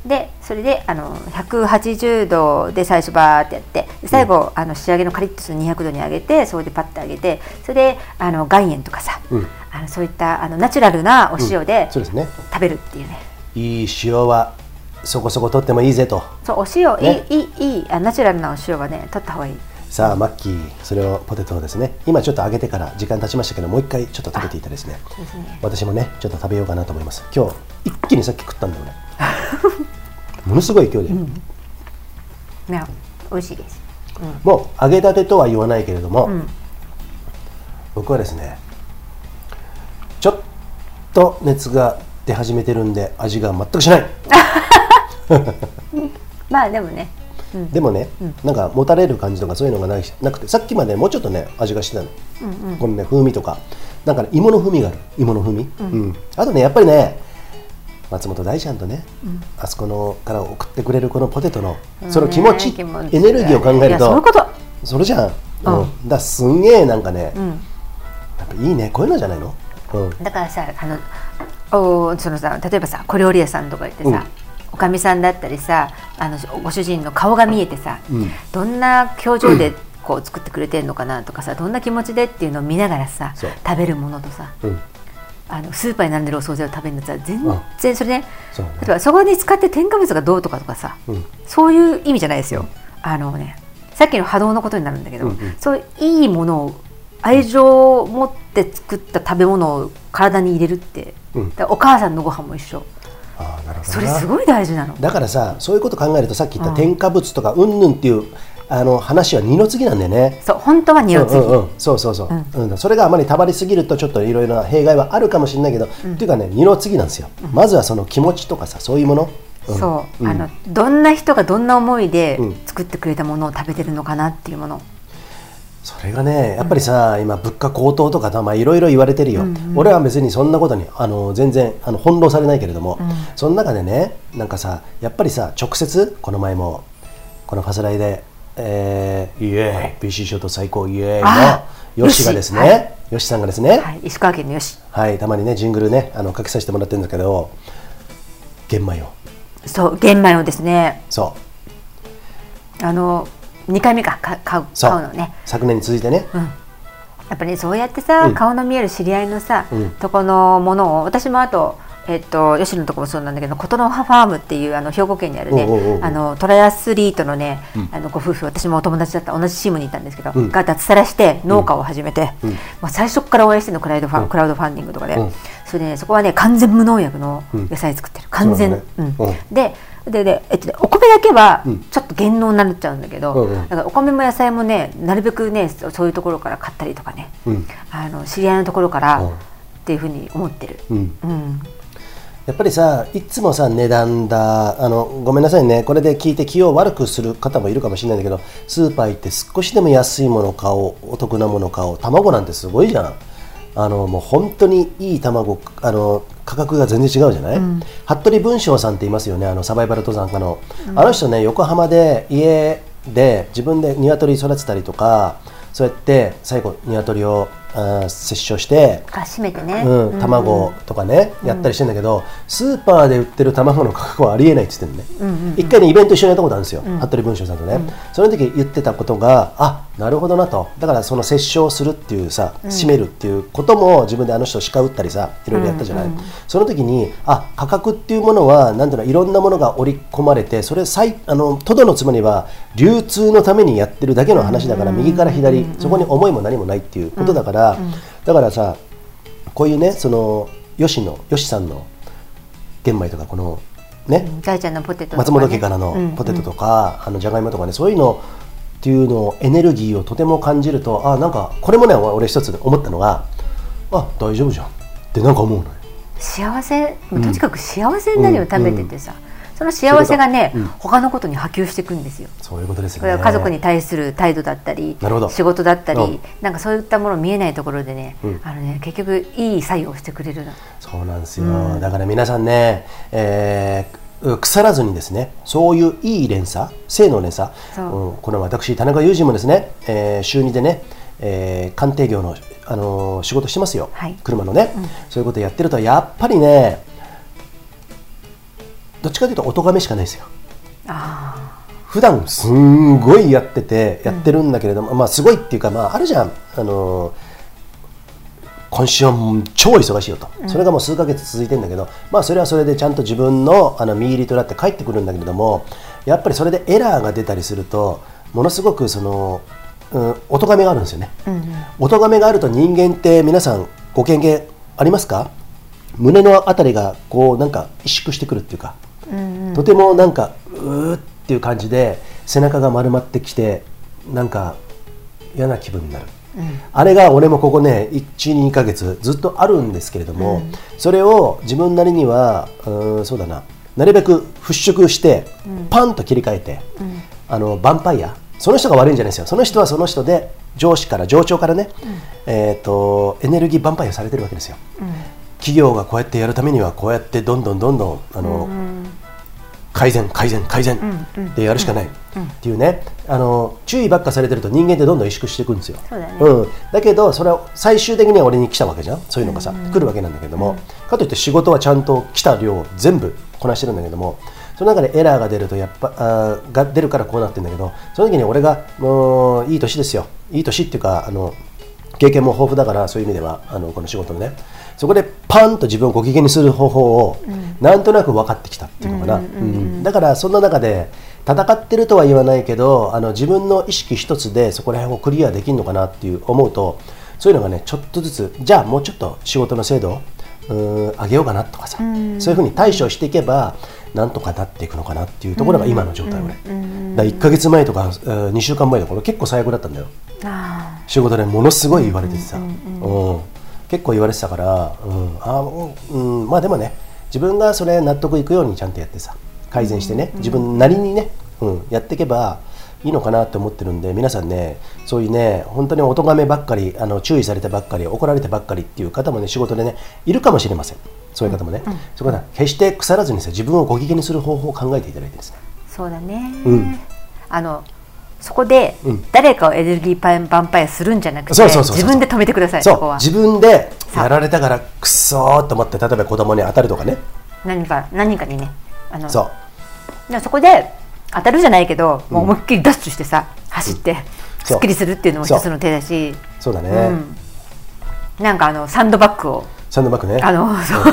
A: でそれであの180度で最初バーってやってで最後、あの仕上げのカリッとする200度に上げてそれでパッて上げてそれであの岩塩とかさ、
B: うん
A: あのそういったあのナチュラルなお塩で
B: そう
A: 食
B: ですね
A: べるっていうね、
B: いい塩はそこそこ取ってもいいぜと
A: そうお塩、
B: ね
A: いいいいいいあナチュラルなお塩はね取った方がいい
B: さあマッキーそれをポテトをですね今ちょっと揚げてから時間経ちましたけどもう一回ちょっと食べていたですね私もねちょっと食べようかなと思います今日一気にさっき食ったんだよ ねものすごい勢いで、
A: ね美味しいです
B: もう揚げたてとは言わないけれども、僕はですねちょっと熱が出始めてるんで味が全くしない、
A: まあでもね
B: でもね、なんかもたれる感じとかそういうのがないしなくてさっきまでもうちょっとね味がしてたの、このね風味とかなんか、ね、芋の風味がある芋の風味、うんあとねやっぱりね松本大ちゃんとね、あそこのから送ってくれるこのポテトのその気持ち,、
A: ね気持ち
B: エネルギーを考え
A: い
B: る
A: や
B: と
A: そういうこと
B: それじゃん、うんだからすんげえなんかね、やっぱいいねこういうのじゃないの、うん、
A: だからさあのおそのさ例えばさ小料理屋さんとか行ってさ、
B: うん
A: おかみさんだったりさあのご主人の顔が見えてさ、どんな表情でこう作ってくれてるのかなとかさどんな気持ちでっていうのを見ながらさ
B: そう
A: 食べるものとさ、
B: うん
A: あのスーパーに並んでるお惣菜を食べるのとさ全
B: うん
A: 然それね
B: そうね
A: 例えばそこに使って添加物がどうとかとかさ、
B: ん
A: そういう意味じゃないですよ。あのねさっきの波動のことになるんだけど、そういういいものを愛情を持って作った食べ物を体に入れるって、
B: うん
A: だからお母さんのご飯も一緒
B: あーなるほど
A: それ
B: な
A: すごい大事なの
B: だからさそういうこと考えるとさっき言った添加物とかうんぬんっていうあの話は二の次なんだよね。
A: そう本当は二の次、
B: うんうんうん、そうそうそう、うん、それがあまりたまりすぎるとちょっといろいろな弊害はあるかもしれないけど、っていうかね二の次なんですよ、まずはその気持ちとかさそういうもの、ん
A: そう、
B: ん
A: あのどんな人がどんな思いで
B: うん
A: 作ってくれたものを食べてるのかなっていうもの、
B: それがねやっぱりさ、今物価高騰とかまあいろいろ言われてるよ、俺は別にそんなことにあの全然あの翻弄されないけれども、その中でねなんかさやっぱりさ直接この前もこのファスライで、えー、イエーイ BC ショート最高イエーイの
A: あ
B: ヨシがですね
A: ヨシは
B: ヨシさんがですね、
A: はい、石川県のよし
B: はい、たまにね、ジングルね、あのかけさせてもらってるんだけど、玄米を、
A: そう玄米をですね
B: そう、
A: あの2回目かか買う
B: そう
A: 買うのね
B: 昨年に続いてね、
A: やっぱり、ね、そうやってさ、
B: うん
A: 顔の見える知り合いのさ、
B: うん
A: とこのものを私もあとえっと、吉野のとこもそうなんだけど琴ノ葉ファームっていうあの兵庫県にあるね
B: おうおうおう
A: あのトライアスリートのね、あのご夫婦私もお友達だった同じチームにいたんですけど、
B: ん
A: が脱サラして農家を始めて、まあ、最初から応援してるのクラウドファン、クラウドファンディングとかで、
B: うん
A: それでねそこはね完全無農薬の野菜作ってる、完全、
B: そうだね
A: うん
B: うん
A: ででで、えっとね、お米だけは
B: ん
A: ちょっと減能になっちゃうんだけど、
B: うんうん
A: だからお米も野菜もねなるべくねそそういうところから買ったりとかね、
B: うん
A: あの知り合いのところから
B: うん
A: っていうふうに思ってる、
B: うん、
A: うん、
B: やっぱりさ、いつもさ、値段だあの、ごめんなさいね、これで聞いて気を悪くする方もいるかもしれないんだけど、スーパー行って少しでも安いもの買おう、お得なもの買おう、卵なんてすごいじゃん。あのもう本当にいい卵あの価格が全然違うじゃない、服部文章さんっていますよねあのサバイバル登山家の、あの人ね横浜で家で自分で鶏育てたりとかそうやって最後鶏をあー殺生して
A: あ閉めてね、
B: うん、卵とかね、やったりしてんだけど、スーパーで売ってる卵の価格はありえないって言ってるね、一回ねイベント一緒にやったことあるんですよ、服部文章さんとね、その時言ってたことがあなるほどなとだからその殺生するっていうさ締めるっていうことも自分であの人を叱打ったりさいろいろやったじゃない、その時にあ価格っていうものはなんていうのいろんなものが織り込まれてそれ最あのとどのつまりは流通のためにやってるだけの話だから、右から左、そこに思いも何もないっていうことだから、だからさこういうね、その吉野、吉さんの玄米とか、このね、
A: 大ちゃんのポテトとかね、
B: 松本家から
A: うん
B: のポテトとか、あのじゃがいもとかね、そういうのっていうのをエネルギーをとても感じると、あなんかこれもね、俺、一つ思ったのが、あ大丈夫じゃんってなんか思うのよ。
A: 幸せとにかく幸せになるよ、
B: うん
A: 食べててさ、その幸せがね、
B: そういうこ
A: 他のことに波及していくんですよ
B: そういうことですよ
A: これ
B: ね。
A: は家族に対する態度だったり
B: なるほど
A: 仕事だったり、
B: うん
A: なんかそういったもの見えないところでね,、
B: うん
A: あのね結局いい作用をしてくれるの
B: そうなんですよ、だから皆さんね、えーう腐らずにですねそういういい連鎖性の連鎖、
A: そう
B: うんこの私田中裕二もですね、えー週2でね、えー鑑定業の、あのー仕事してますよ、
A: はい
B: 車のね、そういうことやってるとやっぱりねどっちかというとお咎めしかないですよ普段すんごいやっててやってるんだけれども、まあすごいっていうかまああるじゃんあのー今週はもう超忙しいよと、それがもう数ヶ月続いてんだけど、まあ、それはそれでちゃんと自分のあの身入りとなって帰ってくるんだけれどもやっぱりそれでエラーが出たりするとものすごくその、うん、お咎めがあるんですよね、お咎めがあると人間って皆さんご経験ありますか胸のあたりがこうなんか萎縮してくるっていうか、とてもなんかうーっていう感じで背中が丸まってきてなんか嫌な気分になる、あれが俺もここね12ヶ月ずっとあるんですけれども、それを自分なりにはうーんそうだななるべく払拭して、パンと切り替えて、あのヴァンパイアその人が悪いんじゃないですよその人はその人で上司から上長からね、えー、とエネルギーヴァンパイアされてるわけですよ、企業がこうやってやるためにはこうやってどんどんどんどんあの、改善改善改善でやるしかないっていうねあの注意ばっかされてると人間ってどんどん萎縮していくんですよ
A: そうだね
B: ん、だけどそれは最終的には俺に来たわけじゃんそういうのがさ、来るわけなんだけども、かといって仕事はちゃんと来た量を全部こなしてるんだけどもその中でエラーが出るとやっぱあーが出るからこうなってるんだけどその時に俺がもういい年ですよいい年っていうかあの経験も豊富だからそういう意味ではあのこの仕事のねそこでパンと自分をご機嫌にする方法をなんとなく分かってきたっていうのかな、うんだからそんな中で戦ってるとは言わないけどあの自分の意識一つでそこら辺をクリアできるのかなっていう思うとそういうのがねちょっとずつじゃあもうちょっと仕事の制度うーん上げようかなとかさ、そういうふうに対処していけばなんとかなっていくのかなっていうところが今の状態俺、だから1か月前とか2週間前とか俺結構最悪だったんだよ
A: あ
B: 仕事でものすごい言われててさ、うん結構言われてたから、うんあーうんうんまあでもね自分がそれ納得いくようにちゃんとやってさ改善してね、自分なりにね、うん、やっていけばいいのかなと思ってるんで皆さんねそういうね本当にお咎めばっかりあの注意されてばっかり怒られてばっかりっていう方もね仕事でねいるかもしれませんそういう方もね、そこは決して腐らずにさ自分をご機嫌にする方法を考えていただいてですね
A: そうだね、
B: うん
A: あのそこで
B: うん
A: 誰かをエネルギーパンバンパイアするんじゃなくて
B: そうそうそうそう
A: 自分で止めてくださいそこ
B: そう
A: は
B: 自分でやられたからくそーと思って例えば子供に当たるとかね
A: 何か何かにねあの
B: そう
A: でもそこで当たるじゃないけど、もう思いっきりダッシュしてさ走って、
B: そ
A: す
B: う
A: っきりするっていうのも一つの手だし
B: そうだね、
A: なんかあのサンドバッグを
B: サンドバッグね
A: あの、そう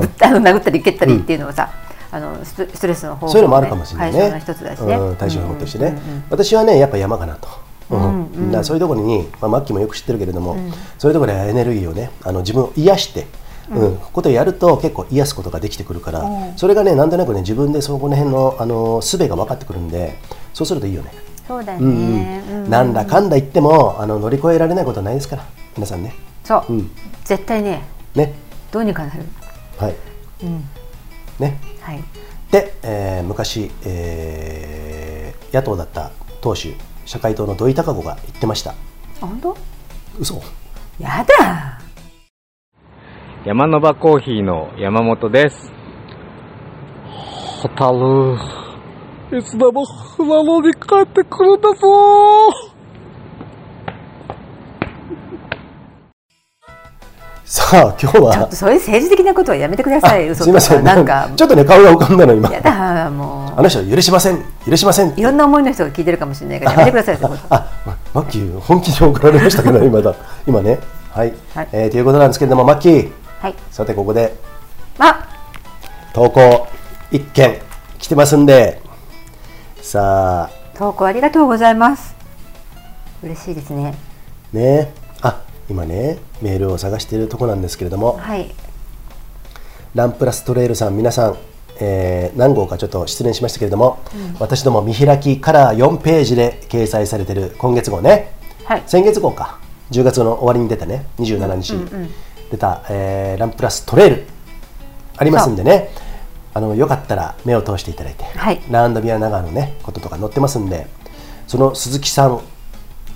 A: ぶっあの殴ったり蹴ったりっていうのはさ、あのストストレスの方法、ね、
B: そういうのもあるかもしれない
A: 解
B: ね
A: 消の一つだしね、
B: うん、対象の方としてね、
A: うんうんうん
B: 私はねやっぱ山かなと、うんだからそういうところに、まあ、マッキーもよく知ってるけれども、そういうところでエネルギーをねあの自分を癒してうん、ことをやると結構癒すことができてくるから、それがねなんとなくね自分でそこの辺のあの術が分かってくるんでそうするといいよね。
A: そうだよ
B: う
A: ね、
B: ん
A: う
B: うんん、なんだかんだ言ってもあの乗り越えられないことはないですから皆さんね
A: そう、
B: うん
A: 絶対ね
B: ね
A: どうにかなる
B: はい、ね
A: はい
B: で、えー昔、えー野党だった党首社会党の土井孝子が言ってました
A: あ本当
B: 嘘
A: やだ
G: 山の場コーヒーの山本です。ホタル、いつでもなのに帰ってくるんだぞ
B: さあ今日
A: ちょっ
B: は
A: とそういう政治的なことはやめてください嘘
B: すい
A: と
B: ませ
A: か
B: ん
A: な
B: なんんか
A: か
B: ちょっとね顔が浮かんだの今
A: やだも
B: あの人許しません許しません
A: ういろんな思いの人が聞いてるかもしれないからやめてくだ さいそういうこと
B: あまマッキー本気で怒られましたけど今だ今ねはい、
A: はい
B: えーということなんですけれどもマッキー
A: はい
B: さてここで
A: あ
B: 投稿一件来てますんでさあ
A: 投稿ありがとうございます嬉しいですね
B: ねあ今ねメールを探しているとこなんですけれども
A: はい
B: ランプラストレイルさん、皆さん、えー何号かちょっと失礼しましたけれども、私ども見開きカラー4ページで掲載されている今月号ね、
A: はい
B: 先月号か、10月の終わりに出たね、27日に出た、えーランプラストレイル、ありますんでね、あのよかったら目を通していただいて、
A: はい
B: ランドビア長野のね、こととか載ってますんで、その鈴木さん、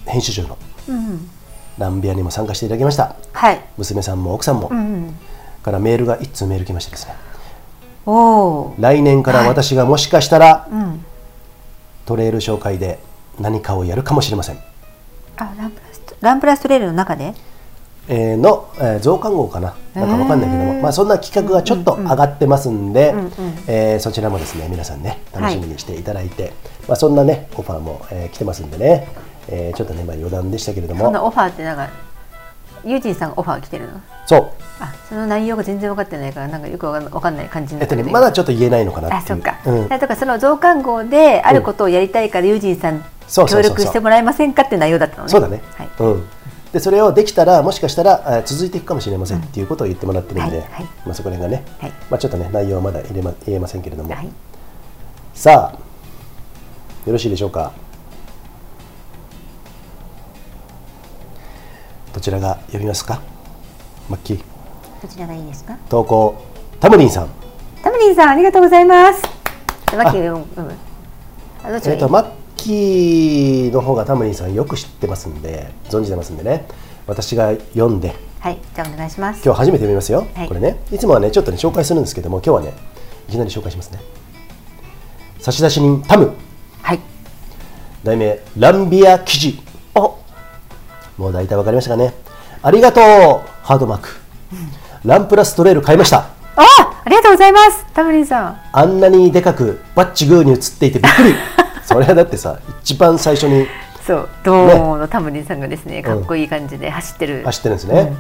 B: 編集長の、ランビアにも参加していただきました。
A: はい
B: 娘さんも奥さんも、からメールが1通メール来ましてですね
A: おお
B: 来年から私がもしかしたら、トレイル紹介で何かをやるかもしれません、
A: あランプラストランプラストレールの中で
B: えーの、えー増刊号かななんかわかんないけども、まあ、そんな企画がちょっと上がってますんで、えーそちらもですね皆さんね楽しみにしていただいて、まあ、そんなねオファーも、えー来てますんでね、えーちょっとね、まあ、余談でしたけれど
A: そんな
B: も
A: オファーってなんかユージンさんがオファー来てるの
B: そう
A: あその内容が全然分かってないからなんかよくわかんわかんない感じに
B: え
A: な
B: っ
A: って
B: と
A: る
B: ねまだちょっと言えないのかな
A: あ
B: ってい
A: そうっか、
B: うん
A: だとかその増刊号であることをやりたいから、ユージンさん
B: そ
A: 協
B: うそうそうそう
A: 力してもらえませんかって内容だったのね
B: そうだね、
A: はい、
B: うん、でそれをできたらもしかしたらあ続いていくかもしれませんっていうことを言ってもらってるんで、
A: はいはい
B: まあ、そこら辺がね、
A: はい
B: まあ、ちょっとね内容はまだ入れま言えませんけれども、
A: はい
B: さあよろしいでしょうかどちらが読みますかマッキー
A: どちらがいいですか
B: 投稿タムリンさん
A: タムリンさんありがとうございますマッキーうんうんあどっちがい
B: えー、
A: い、
B: とマッキーの方がタムリンさんよく知ってますんで存じてますんでね私が読んで
A: はいじゃあお願いします
B: 今日初めて読みますよ、
A: はい
B: これねいつもはねちょっとね紹介するんですけども今日はねいきなり紹介しますね差出人タム
A: はい
B: 題名ランビア記事おもう大体わかりましたかねありがとうハードマークランプラストレール買いました
A: あありがとうございますタムリンさん
B: あんなにでかくバッチグーに写っていてびっく りそれはだってさ一番最初に
A: そうどうものタムリンさんがですねかっこいい感じで走ってる、
B: 走ってるんですね、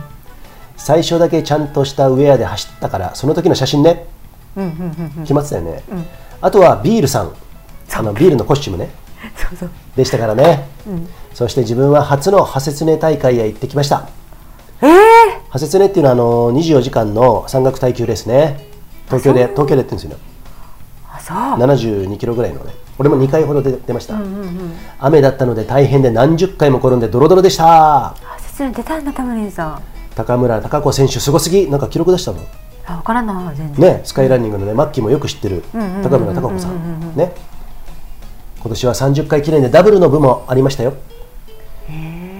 B: 最初だけちゃんとしたウェアで走ったからその時の写真ね、決まってたよね、あとはビールさんあのビールのコスチュームね
A: そうそう
B: でしたからね、そして自分は初のハセツネ大会へ行ってきました
A: えー、
B: ハセツネっていうのはあの24時間の山岳耐久レースね東京で東京でやってるんですよね
A: あそう
B: 72キロぐらいのね俺も2回ほど出出ました、雨だったので大変で何十回も転んでドロドロでした
A: 説明出たんだタムリンさん
B: 高村貴子選手すごすぎなんか記録出したの
A: あ分からない全然
B: ねスカイランニングのねマッキーもよく知ってる高村貴子さんね今年は30回記念でダブルの部もありましたよ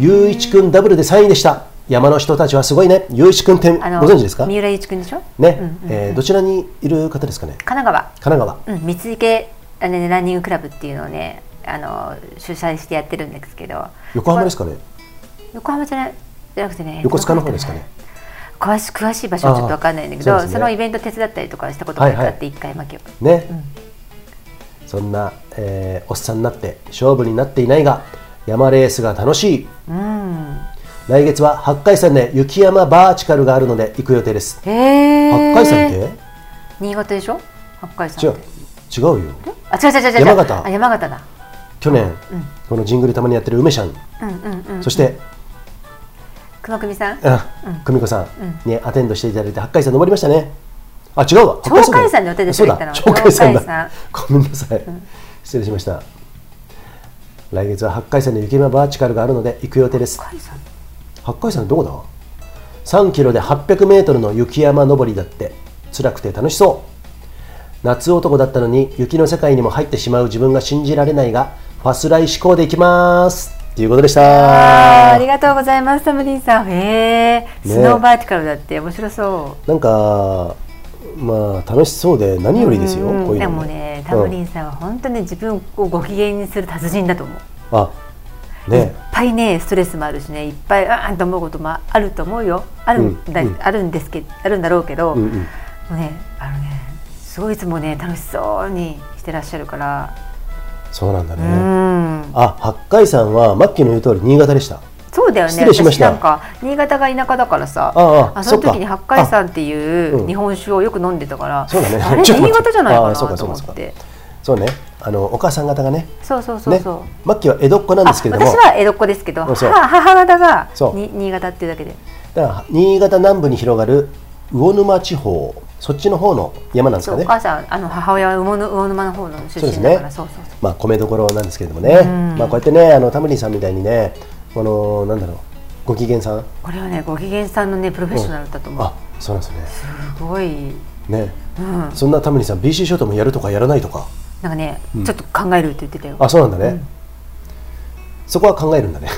B: ゆういちくんダブルで3位でした山の人たちはすごいねゆういちくんってご存知ですか
A: 三
B: ね、
A: 浦祐一君でしょ
B: えーどちらにいる方ですかね
A: 神奈
B: 神奈川
A: 川、うん、三井系あのねランニングクラブっていうのをねあの主催してやってるんですけど
B: 横浜です
A: か
B: かね
A: 横浜じゃないじゃなくてね
B: 横須賀の方ですかね
A: 詳し詳しい場所はちょっとわかんないんだけど
B: あー
A: そ,、
B: そうですね
A: のイベント手伝ったりとかしたことがあ
B: はい
A: っ
B: は
A: て一回負けを、
B: ね、そんな、えーおっさんになって勝負になっていないが山レースが楽しい、来月は八海山で雪山バーチカルがあるので行く予定です
A: へ
B: 八
A: え
B: 海山って
A: 新潟でしょ八海
B: 違
A: 山っ
B: う
A: て
B: 違うよ
A: あ違う違う違う違う
B: 山形
A: あ山形だ
B: 去年、このジングルたまにやってる梅ちゃん、
A: うんうんうん
B: そして、
A: 熊組さん
B: あ久美子さんにアテンドしていただいて八海山登りましたねあ違うわ八
A: 鳥海山の予定でしょ
B: そうだ鳥
A: 行ったの
B: 海山
A: 鳥海
B: だごめんなさい、失礼しました来月は八海山で雪山バーチカルがあるので行く予定です
A: 鳥海山
B: 八海山どこだ3キロで800メートルの雪山登りだって辛くて楽しそう夏男だったのに雪の世界にも入ってしまう自分が信じられないがファスライ志向でいきますっていうことでし
A: あーあ
B: た
A: りがとうございますタムリンさんへえ、スノーバーティカルだって面白そ
B: なんかまあ楽しそうで何よりです
A: う、
B: よ、
A: うん
B: こういう
A: で
B: の
A: もねタムリンさんは本当に自分をご機嫌にする達人だと思う
B: うんあね
A: いっぱいねストレスもあるしねいっぱいあーんと思うこともあると思うよあるんだ、
B: うんうん
A: あるんですけどあるんだろうけど、
B: うんう
A: も
B: ん
A: うねあのねすごいいつもね楽しそうにしてらっしゃるから、
B: そうなんだね、
A: うん
B: あ八海山はマッキーの言う通り新潟でした
A: そうだよね
B: 失礼しました
A: 私なんか新潟が田舎だからさ
B: あああ
A: その
B: そっか
A: 時に八海山ってい
B: うん
A: う日本酒をよく飲んでたから、
B: そうだね
A: あれ
B: ちょっと待って
A: 新潟じゃないか
B: あ
A: な
B: そうか
A: と思
B: そうかそうか
A: って
B: そうねあのお母さん方がね
A: そうそうそうそう、
B: ねマッキーは江戸っ子なん
A: あ
B: ですけ
A: 私
B: れども
A: は江戸っ子ですけど
B: うん
A: 母
B: そう
A: 母方が
B: そう
A: に新潟っていうだけで
B: だから新潟南部に広がる魚沼地方そっちの方の山なんです
A: そ
B: か
A: うお
B: ね
A: 母さんあの母親は魚の魚沼の方の出
B: そうで
A: 身
B: す
A: だ
B: ね
A: からそう,、そうそう
B: まあ米どころなんですけれどもね、まあこうやってねあのタムリンさんみたいにねこのなんだろうご機嫌さん
A: これはねご機嫌さんのねプロフェッショナルだと思う、
B: あそうなんです
A: すごい
B: ねね、そんなタムリンさん BC ショートもやるとかやらないとか
A: なんかね、ちょっと考えるって言ってたよ
B: あそうなんだね、そこは考えるんだね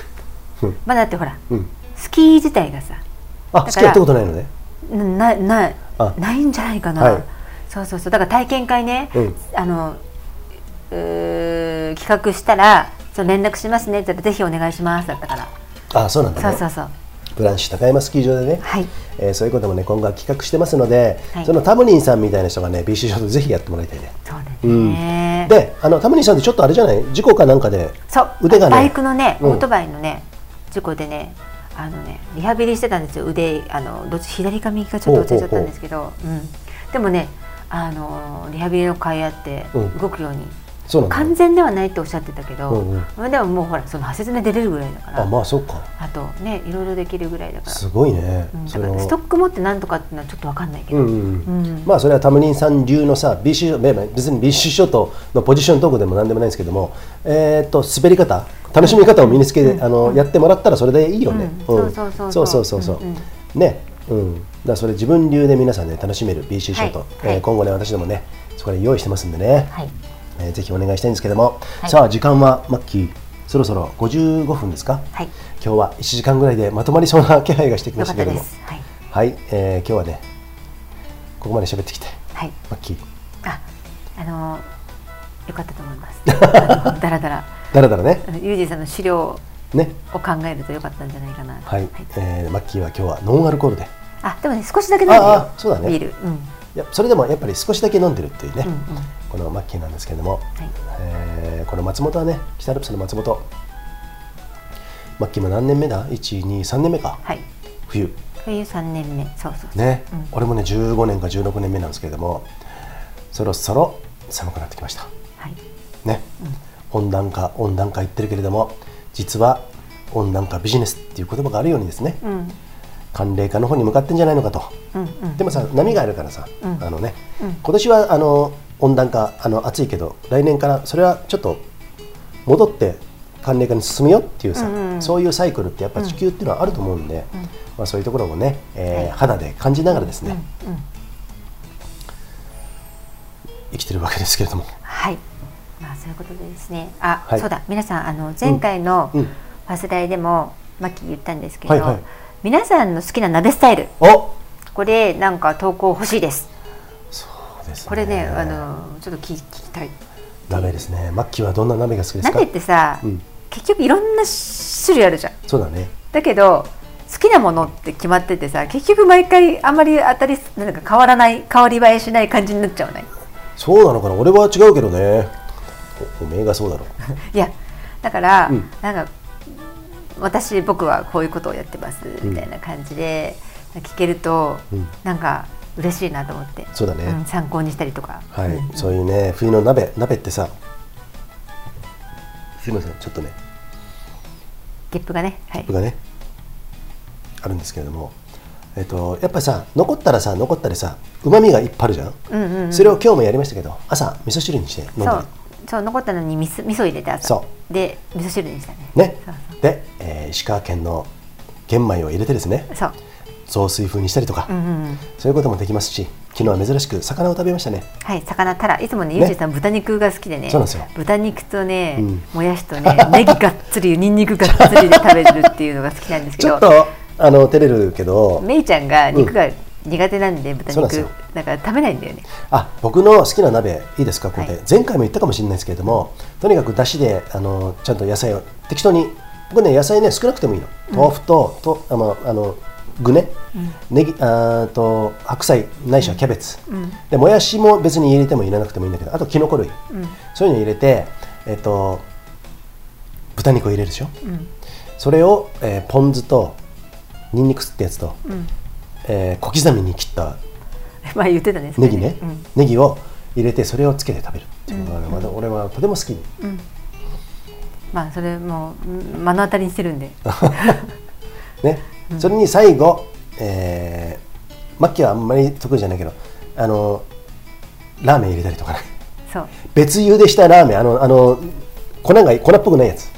A: まあだってほら、
B: うん
A: スキー自体がさ
B: あ好
A: だから
B: きやったことないのね
A: なない
B: あ
A: ないんじゃないかな、
B: はい
A: そうそうそうだから体験会ね、
B: うん
A: あのうー企画したらそう連絡しますねって言ったらぜひお願いしますだったから、
B: あそうなんだね
A: そうそうそう
B: ブランシュ高山スキー場でね、
A: はい
B: えーそういうこともね今後は企画してますので、
A: はい
B: そのタムリンさんみたいな人がね BC ショートぜひやってもらいたいね
A: そうだね、
B: であのタムリンさんってちょっとあれじゃない事故かなんかで
A: そう
B: 腕がね
A: バイクのね、
B: うん
A: オートバイのね事故でねあのねリハビリしてたんですよ腕あのどっち左か右かちょっと忘れちゃったんですけどうん、でもねあのリハビリの会やって
B: うん
A: 動くように、
B: そうなんだ
A: 完全ではないっておっしゃってたけど、
B: うん
A: でももうほらその派切で出れるぐらいだから
B: あまあそうか
A: あとねいろいろできるぐらいだから,、
B: すごいね、
A: うん、だ
B: そ
A: からストック持ってなんとかっていうのはちょっとわかんないけど、
B: うんうんうんまあそれはタムリンさん流のさ BC ショまあ別に BC ショートのポジショントークでも何でもないんですけどもえーっと滑り方楽しみ方を身につけて、あのやってもらったらそれでいいよね、
A: うん
B: うん
A: そうそう
B: そ
A: そうう
B: そ
A: そうう
B: そうそうねうんだからそれ自分流で皆さんね楽しめる BC ショート、
A: はい
B: えー
A: はい
B: 今後ね私どもねそこで用意してますんでね、
A: はい
B: えーぜひお願いしたいんですけども、さあ時間はマッキーそろそろ55分ですか、
A: はい
B: 今日は1時間ぐらいでまとまりそうな気配がしてきま
A: よ
B: し
A: かった
B: け
A: た
B: ど
A: で
B: も
A: すはい、
B: はい、えー今日はねここまで喋ってきて
A: はい、
B: マッキー
A: ああのよかったと思います あのだらだら
B: だらだらね
A: あのユージさんの資料
B: ね
A: を考えるとよかったんじゃないかな。
B: はい、えーマッキーは今日はノンアルコールで
A: あ、でもね、少しだけ飲んでるよ。
B: ああそうだね
A: ビール。うん。
B: いやそれでもやっぱり少しだけ飲んでるっていうね、
A: うんうん
B: このマッキーなんですけれども、
A: い
B: えーこの松本はね北アルプスの松本マッキーも何年目だ123年目か、
A: はい。
B: 冬
A: 冬三年目。そうそうそう。
B: ね、俺もね15年か16年目なんですけれどもそろそろ寒くなってきました
A: はい。
B: ね、温暖化温暖化言ってるけれども実は温暖化ビジネスっていう言葉があるようにですね
A: うん
B: 寒冷化の方に向かってんじゃないのかと
A: うんうん
B: でもさ波があるからさ、
A: うん
B: あのね、
A: うん
B: 今年はあの温暖化あの暑いけど来年からそれはちょっと戻って寒冷化に進むよっていうさ、
A: うんうんうん
B: そういうサイクルってやっぱ地球っていうのはあると思うんで、まあ、そういうところもね、えー肌で感じながらですね、
A: うんうん
B: 生きてるわけですけれども、
A: はいまあそういうことでですねあ、
B: はい
A: そうだ皆さんあの前回の
B: うん
A: ファスライでもマキ言ったんですけど、
B: はいはい
A: 皆さんの好きな鍋スタイル
B: お
A: これなんか投稿欲しいです
B: そうですね
A: これねあのちょっと聞き聞きたい
B: 鍋ですねマッキーはどんな鍋が好きですか
A: 鍋ってさ、
B: うん
A: 結局いろんな種類あるじゃん
B: そうだね
A: だけど好きなものって決まっててさ結局毎回あんまり当たりなんか変わらない変わり映えしない感じになっちゃわない
B: そうなのかな俺は違うけどねおおめえがそうだろ
A: いやだから、
B: うん
A: なんか私僕はこういうことをやってますみたいな感じで、聞けると、
B: うん
A: なんか嬉しいなと思って
B: そうだね
A: ん参考にしたりとか、
B: はい、
A: うん
B: そういうね冬の鍋鍋ってさすみませんちょっとね
A: ゲップがね、はい
B: 僕がねあるんですけれどもえっとやっぱりさ残ったらさ残ったりさうまみがいっぱいあるじゃん,、
A: うんうんうん
B: それを今日もやりましたけど朝味噌汁にして飲ん
A: そ
B: だ
A: うそう残ったのに味噌味噌入れて朝
B: そ
A: で味噌汁にしたね
B: りね
A: そうそう
B: で、えー石川県の玄米を入れてですね
A: そう
B: 雑炊風にしたりとか、
A: うんうんうん
B: そういうこともできますし昨日は珍しく魚を食べましたね
A: はい魚たらいつもね
B: ね
A: ゆうじさん豚肉が好きでね
B: そうなんですよ
A: 豚肉とね、
B: うん
A: もやしとねネギがっつりにんにくがっつりで食べるっていうのが好きなんですけ
B: ちょ
A: ど
B: っとあの照れるけど
A: めいちゃんが肉が苦手なんで、豚
B: そうなんです
A: 肉
B: よ
A: だから食べないんだよね
B: あ僕の好きな鍋いいですかこれで、
A: はい
B: 前回も言ったかもしれないですけれどもとにかくだしであのちゃんと野菜を適当に僕ね野菜ね少なくてもいいの豆腐と,、とあのあの具ね、ネギあーと白菜ないしはキャベツ、でもやしも別に入れても入れなくてもいいんだけどあときのこ類、そういうの入れてえっと豚肉を入れるでしょ、それを、えーポン酢とにんにくってやつと、えー小刻みに切った
A: まあ言ってたねそれ
B: ネギね、
A: うん
B: ネギを入れてそれをつけて食べるっていうのが、ねまだ俺はとても好きで、
A: まあそれもうん目の当たりにしてるんで
B: ねそれに最後、えー、マッキーはあんまり得意じゃないけどあのラーメン入れたりとかね
A: そう
B: 別湯でしたラーメンあのあの粉が粉っぽくないやつ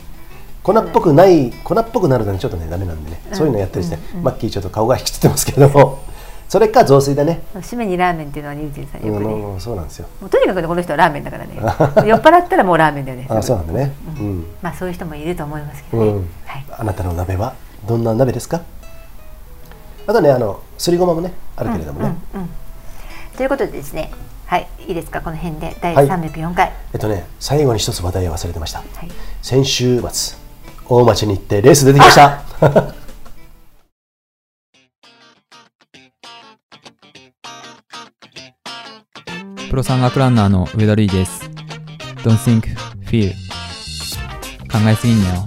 B: 粉っぽくない、粉っぽくなるのにちょっとねダメなんでね、そういうのやってるして、マッキーちょっと顔が引きつってますけどもそれか雑炊だね
A: 締めにラーメンっていうのはゆうじさんよくね、
B: うん
A: も
B: うんそうなんですよ
A: うとにかくねこの人はラーメンだ からね酔っ払ったらもうラーメンだよね
B: あそうなんだねうん
A: まあそういう人もいると思いますけど
B: う
A: ね、
B: ん
A: はい
B: あなたの鍋はどんな鍋ですかあとねあのすりごまもねあるけれどもね、
A: うんうん、ということでですねはいいいですかこの辺で第
B: はい
A: 304回
B: えっとね最後に一つ話題を忘れてました、
A: はい
B: 先週末大町に行ってレース出てきました
H: プロ山岳ランナーの上田瑠衣です。Don't think, feel. 考えすぎんなよ。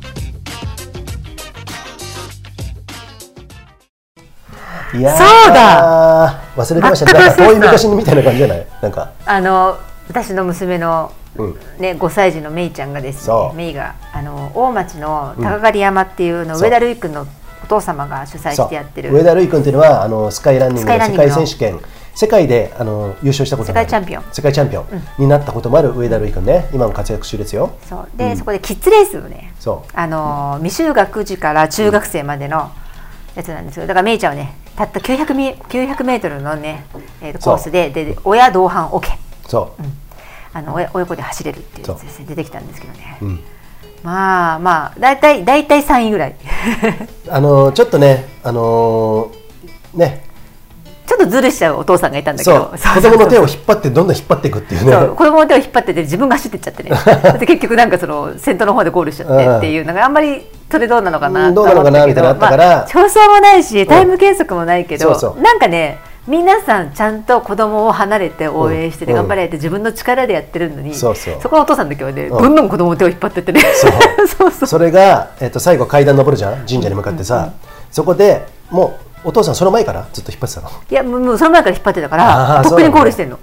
B: いや ー
A: そうだ
B: 忘れてましたねなんか遠い昔みたいな感じじゃないなんか
A: あの私の娘の、
B: うん
A: ね5歳児のメイちゃんがです
B: そ
A: ね
B: う
A: メイがあの大町の高刈山っていうの、上田瑠衣君のお父様が主催
B: そ
A: し
B: う
A: てやって
B: 上
A: る
B: 田瑠衣君っていうのはあのスカイランニング
A: スカイ
B: の
A: ランニ
B: 世
A: ング
B: 界
A: の
B: 選手権世界であの優勝したことのあ
A: 世界
B: る
A: チャンピオン
B: 世界チャンピオンになったこともある上田瑠衣君ね今も活躍中ですよ
A: そうで、そこでキッズレースをね
B: そう
A: あの未就学児から中学生までのやつなんですけどだからメイちゃんはねたった900ミ900メートルのね、えーと
B: そ
A: コ
B: う
A: ースででで親同伴 OK
B: そう、
A: あの親親子で走れるっていうやつですね出てきたんですけどね、
B: ん
A: まあまあ大体大体3位ぐらい
B: あのちょっとねあのね
A: ちょっとずるしちゃうお父さんがいたんだけ
B: そ
A: ど
B: う
A: そう
B: 子供の手を引っ張ってどんどん引っ張っていくっていうね
A: そう子供の手を引っ張ってて自分が走ってっちゃって ねで結局なんかその先頭の方でゴールしちゃってっていうのがあんまりそれどうなのかな
B: うんどうなのかな
A: と思
B: みたいなのあったから
A: まあ、調査もないしタイム計測もないけど、
B: そうそう
A: なんかね皆さんちゃんと子供を離れて応援してて
B: うん
A: 頑張れって自分の力でやってるのに、
B: そうそう
A: このお父さんの時はね、
B: うん
A: どんどん子供の手を引っ張ってってね
B: そう
A: そう そう
B: それが、えっと最後階段登るじゃん神社に向かってさ、そこでもうお父さんその前からずっと引っ張ってたの
A: いやもうもうその前から引っ張ってたか
B: あ
A: ら
B: ー
A: とっく
B: そうな
A: に
B: んだ
A: ゴールしてんの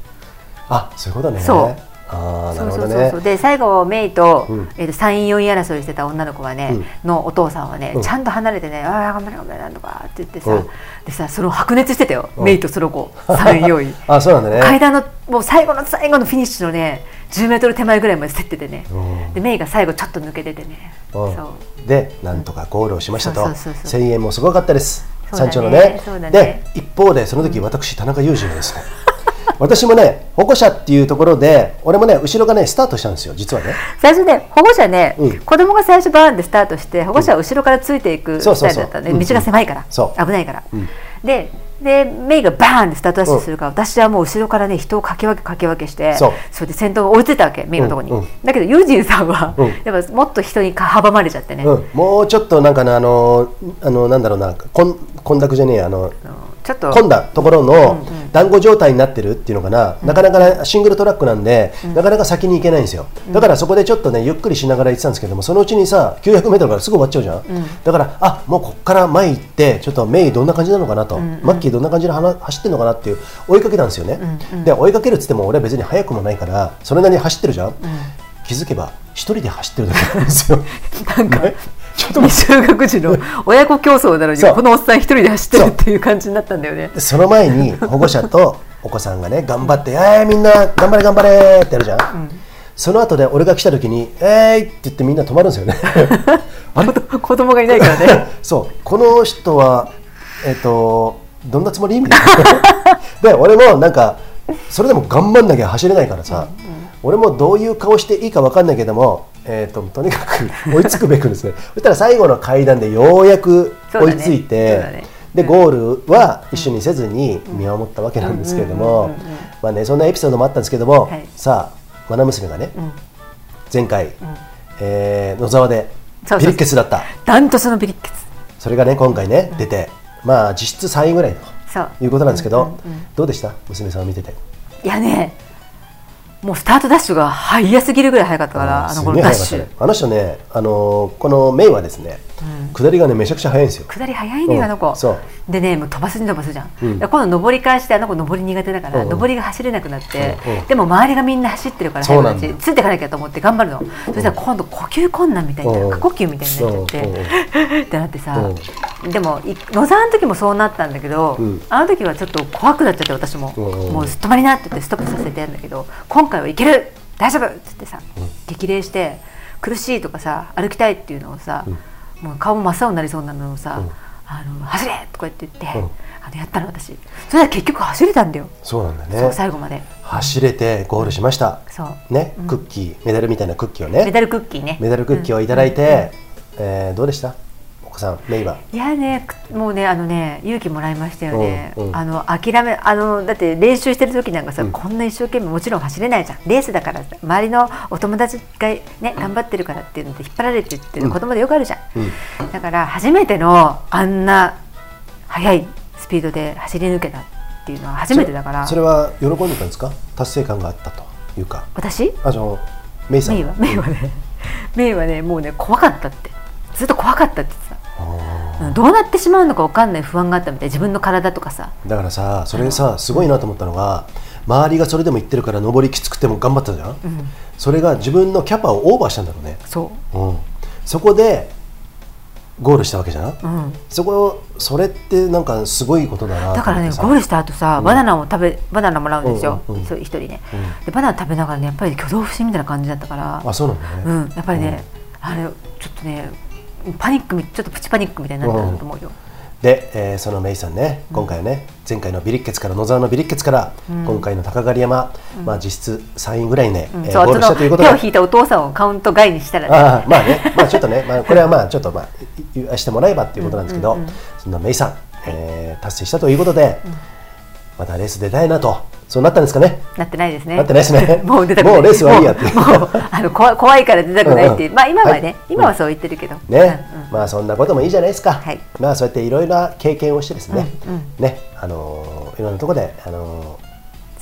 B: あそういうことね
A: そう
B: ああな
A: そう
B: るほ
A: そうそ
B: ど
A: う
B: ね
A: そうで最後メイと,、
B: うん
A: えーと3位4位争いしてた女の子はね、のお父さんはね、
B: うん
A: ちゃんと離れてね「ああ頑張れ頑張れなんとか」って言ってさ、
B: うん
A: でさその白熱してたよ、
B: うん
A: メイとその子3位4位
B: あそうなんだね
A: 階段のもう最後の最後のフィニッシュのね10メートル手前ぐらいまで競っててね、
B: うん
A: でメイが最後ちょっと抜け出てね、
B: うん
A: そう
B: でなんとかゴールをしましたと
A: そうそうそうそ
B: 1000円もすごかったです
A: そうだね
B: 山頂のね
A: そうだ
B: で
A: ね
B: 一方でその時私田中裕二がですね私もね保護者っていうところで俺もね後ろがねスタートしたんですよ実はね
A: 最初ね保護者ね、
B: うん
A: 子供が最初バーンでスタートして保護者は後ろからついていく
B: そう
A: ス
B: そう
A: タイ
B: そう
A: ルだったの
B: うんうん
A: で道が狭いから、
B: そう
A: 危ないから、
B: うん
A: ででメイがバーンでスタートダッシュするから、私はもう後ろからね人をかき分けかき分けして
B: そう
A: れで先頭が追いついたわけメイのとこに、
B: うんうん
A: だけどユージンさんは、
B: うん
A: やっぱもっと人にか阻まれちゃってね、
B: うん、もうちょっとなんかねあのあのなんだろうなこん混濁じゃねえやあの
A: あのちょっと
B: 混んだところの
A: うんうん
B: 団子状態になってるっていうのかな、なかなかねシングルトラックなんで、なかなか先に行けないんですよ、だからそこでちょっとねゆっくりしながら行ってたんですけどもそのうちにさ 900m からすぐ終わっちゃうじゃん、だからあもうこっから前行ってちょっとメイどんな感じなのかなと、マッキーどんな感じではな走ってるのかなっていう追いかけたんですよね、で追いかけるっつっても俺は別に速くもないからそれなりに走ってるじゃん、気づけば一人で走ってるだけなんですよ
A: なんか、
B: ねちょっと待って
A: 未就学児の親子競争なのに
B: そう
A: このおっさん一人で走ってるっていう感じになったんだよ ね
B: でその前に保護者とお子さんがね頑張って「えー、みんな頑張れ頑張れ」ってやるじゃん、その後で俺が来た時に「えーい!」って言ってみんな止まるんですよねあれ
A: 子供がいないから ね
B: そうこの人はえっ、とどんなつもりみたい なで俺もなんかそれでも頑張んなきゃ走れないからさ、俺もどういう顔していいか分かんないけどもえー、ととにか く追いつくべくですねそしたら最後の階段でようやく追いつい
A: そ
B: て、
A: うだね
B: でゴールは一緒にせずに見守ったわけなんですけれどもまあねそんなエピソードもあったんですけども、
A: はい
B: さあ愛娘がね、
A: ん
B: 前回、えー野沢で
A: そうそう
B: ピリッケスだった。
A: ダントツのビリッケツ
B: それがね今回ね、出てまあ実質3位ぐらい
A: そう
B: ということなんですけど、どうでした娘さんを見てて
A: いやねもうスタートダッシュが早すぎるぐらい早かったからあのこのダッシ
B: す
A: ュ
B: げえ速かったねあの人ねあのーこのメイはですね、下りがねめちゃくちゃ速いんですよ
A: 下り早いの
B: うん
A: よあの子
B: そう
A: でねもう飛ばすに飛ばすじゃん、
B: ん
A: で今度上り返してあの子上り苦手だか
B: う
A: ら、
B: んうん
A: 上りが走れなくなって、
B: うんうん
A: でも周りがみんな走ってるから
B: そ
A: 早
B: うなん
A: く
B: だ
A: ちついていかなきゃと思って頑張るの、そしたら今度呼吸困難みたいにな
B: う
A: る
B: ん
A: 過呼吸みたいになっちゃって、
B: うんうん
A: ってなってさ、でもい野沢の時もそうなったんだけど、
B: うん
A: あの時はちょっと怖くなっちゃって私も、
B: うん
A: もう止まりなって言ってストップさせてやるんだけど今回はいける大丈夫って言ってさ、激励して苦しいとかさ歩きたいっていうのをさ、もう顔も真っ青になりそうなのをさ、あの走れとか言って言って、
B: うん
A: あのやったの私それは結局走れたんだよ、
B: そうなんだ
A: そう
B: ね
A: 最後まで
B: 走れてゴールしました
A: そう
B: ね、クッキーメダルみたいなクッキーをね
A: メダルクッキーね
B: メダルクッキーをいただいて、えーどうでしたお子さんメイはい
A: やねくもうねあのね勇気もらいましたよね、
B: うんうん
A: あの諦めあのだって練習してる時なんかさ、こんな一生懸命もちろん走れないじゃんレースだからさ周りのお友達がね頑張ってるからっていうので引っ張られてっていうの子供でよくあるじゃん、だから初めてのあんな速いスピードで走り抜けたっていうのは初めてだから
B: それは喜んでたんですか達成感があったというか
A: 私
B: あのメイさん
A: メイはメイはねメイはねもうね怖かったってずっと怖かったって言ってたうんどうなってしまうのか分かんない不安があったみたい自分の体とかさ
B: だからさそれさすごいなと思ったのが周りがそれでも言ってるから登りきつくても頑張ったじゃん、それが自分のキャパをオーバーしたんだろうね、
A: そう
B: うん、そこでゴールしたわけじゃん、
A: ん
B: そこそれってなんかすごいことだな
A: だからね
B: と
A: ゴ
B: 思
A: ー
B: っ
A: ル
B: てさ
A: した後さ、バナナを食べバナナもらうんですよ、
B: うんうんうん
A: そう一人ね、でバナナ食べながらねやっぱり挙動不審みたいな感じだったから
B: あそうなんだね、
A: うんやっぱりね、あれちょっとねパニックみちょっとプチパニックみたいになったんだと思うよ、
B: で、えーそのメイさんね、今回はね、前回のビリッケツから、野沢のビリッケツから、今回の高刈山、まあ、実質3位ぐらいね、
A: うん
B: えー
A: そう
B: ゴールし
A: その
B: たと
A: 手
B: いう
A: を
B: ことで、
A: 引いたお父さんをカウント外にしたらね
B: ああまあね、まあ、ちょっとね、まあ、これはまあちょっと、まあ、い言わしてもらえばっていうことなんですけど、そんなメイさん、えー達成したということで、またレース出たいなと、そうなったんですかね。
A: なってないですね。
B: なってないですね
A: もう出たくない。
B: もうレースはいいやって
A: もうもうあの怖い怖いから出たくないっていうう。
B: んうん
A: まあ今は
B: は
A: ね
B: い、
A: 今はそう言ってるけど。
B: ね
A: うんうん
B: まあそんなこともいいじゃないですか、
A: はい
B: まあそうやっていろいろな経験をしてですね、
A: うんうん
B: ねあのーいろんなところで、あのー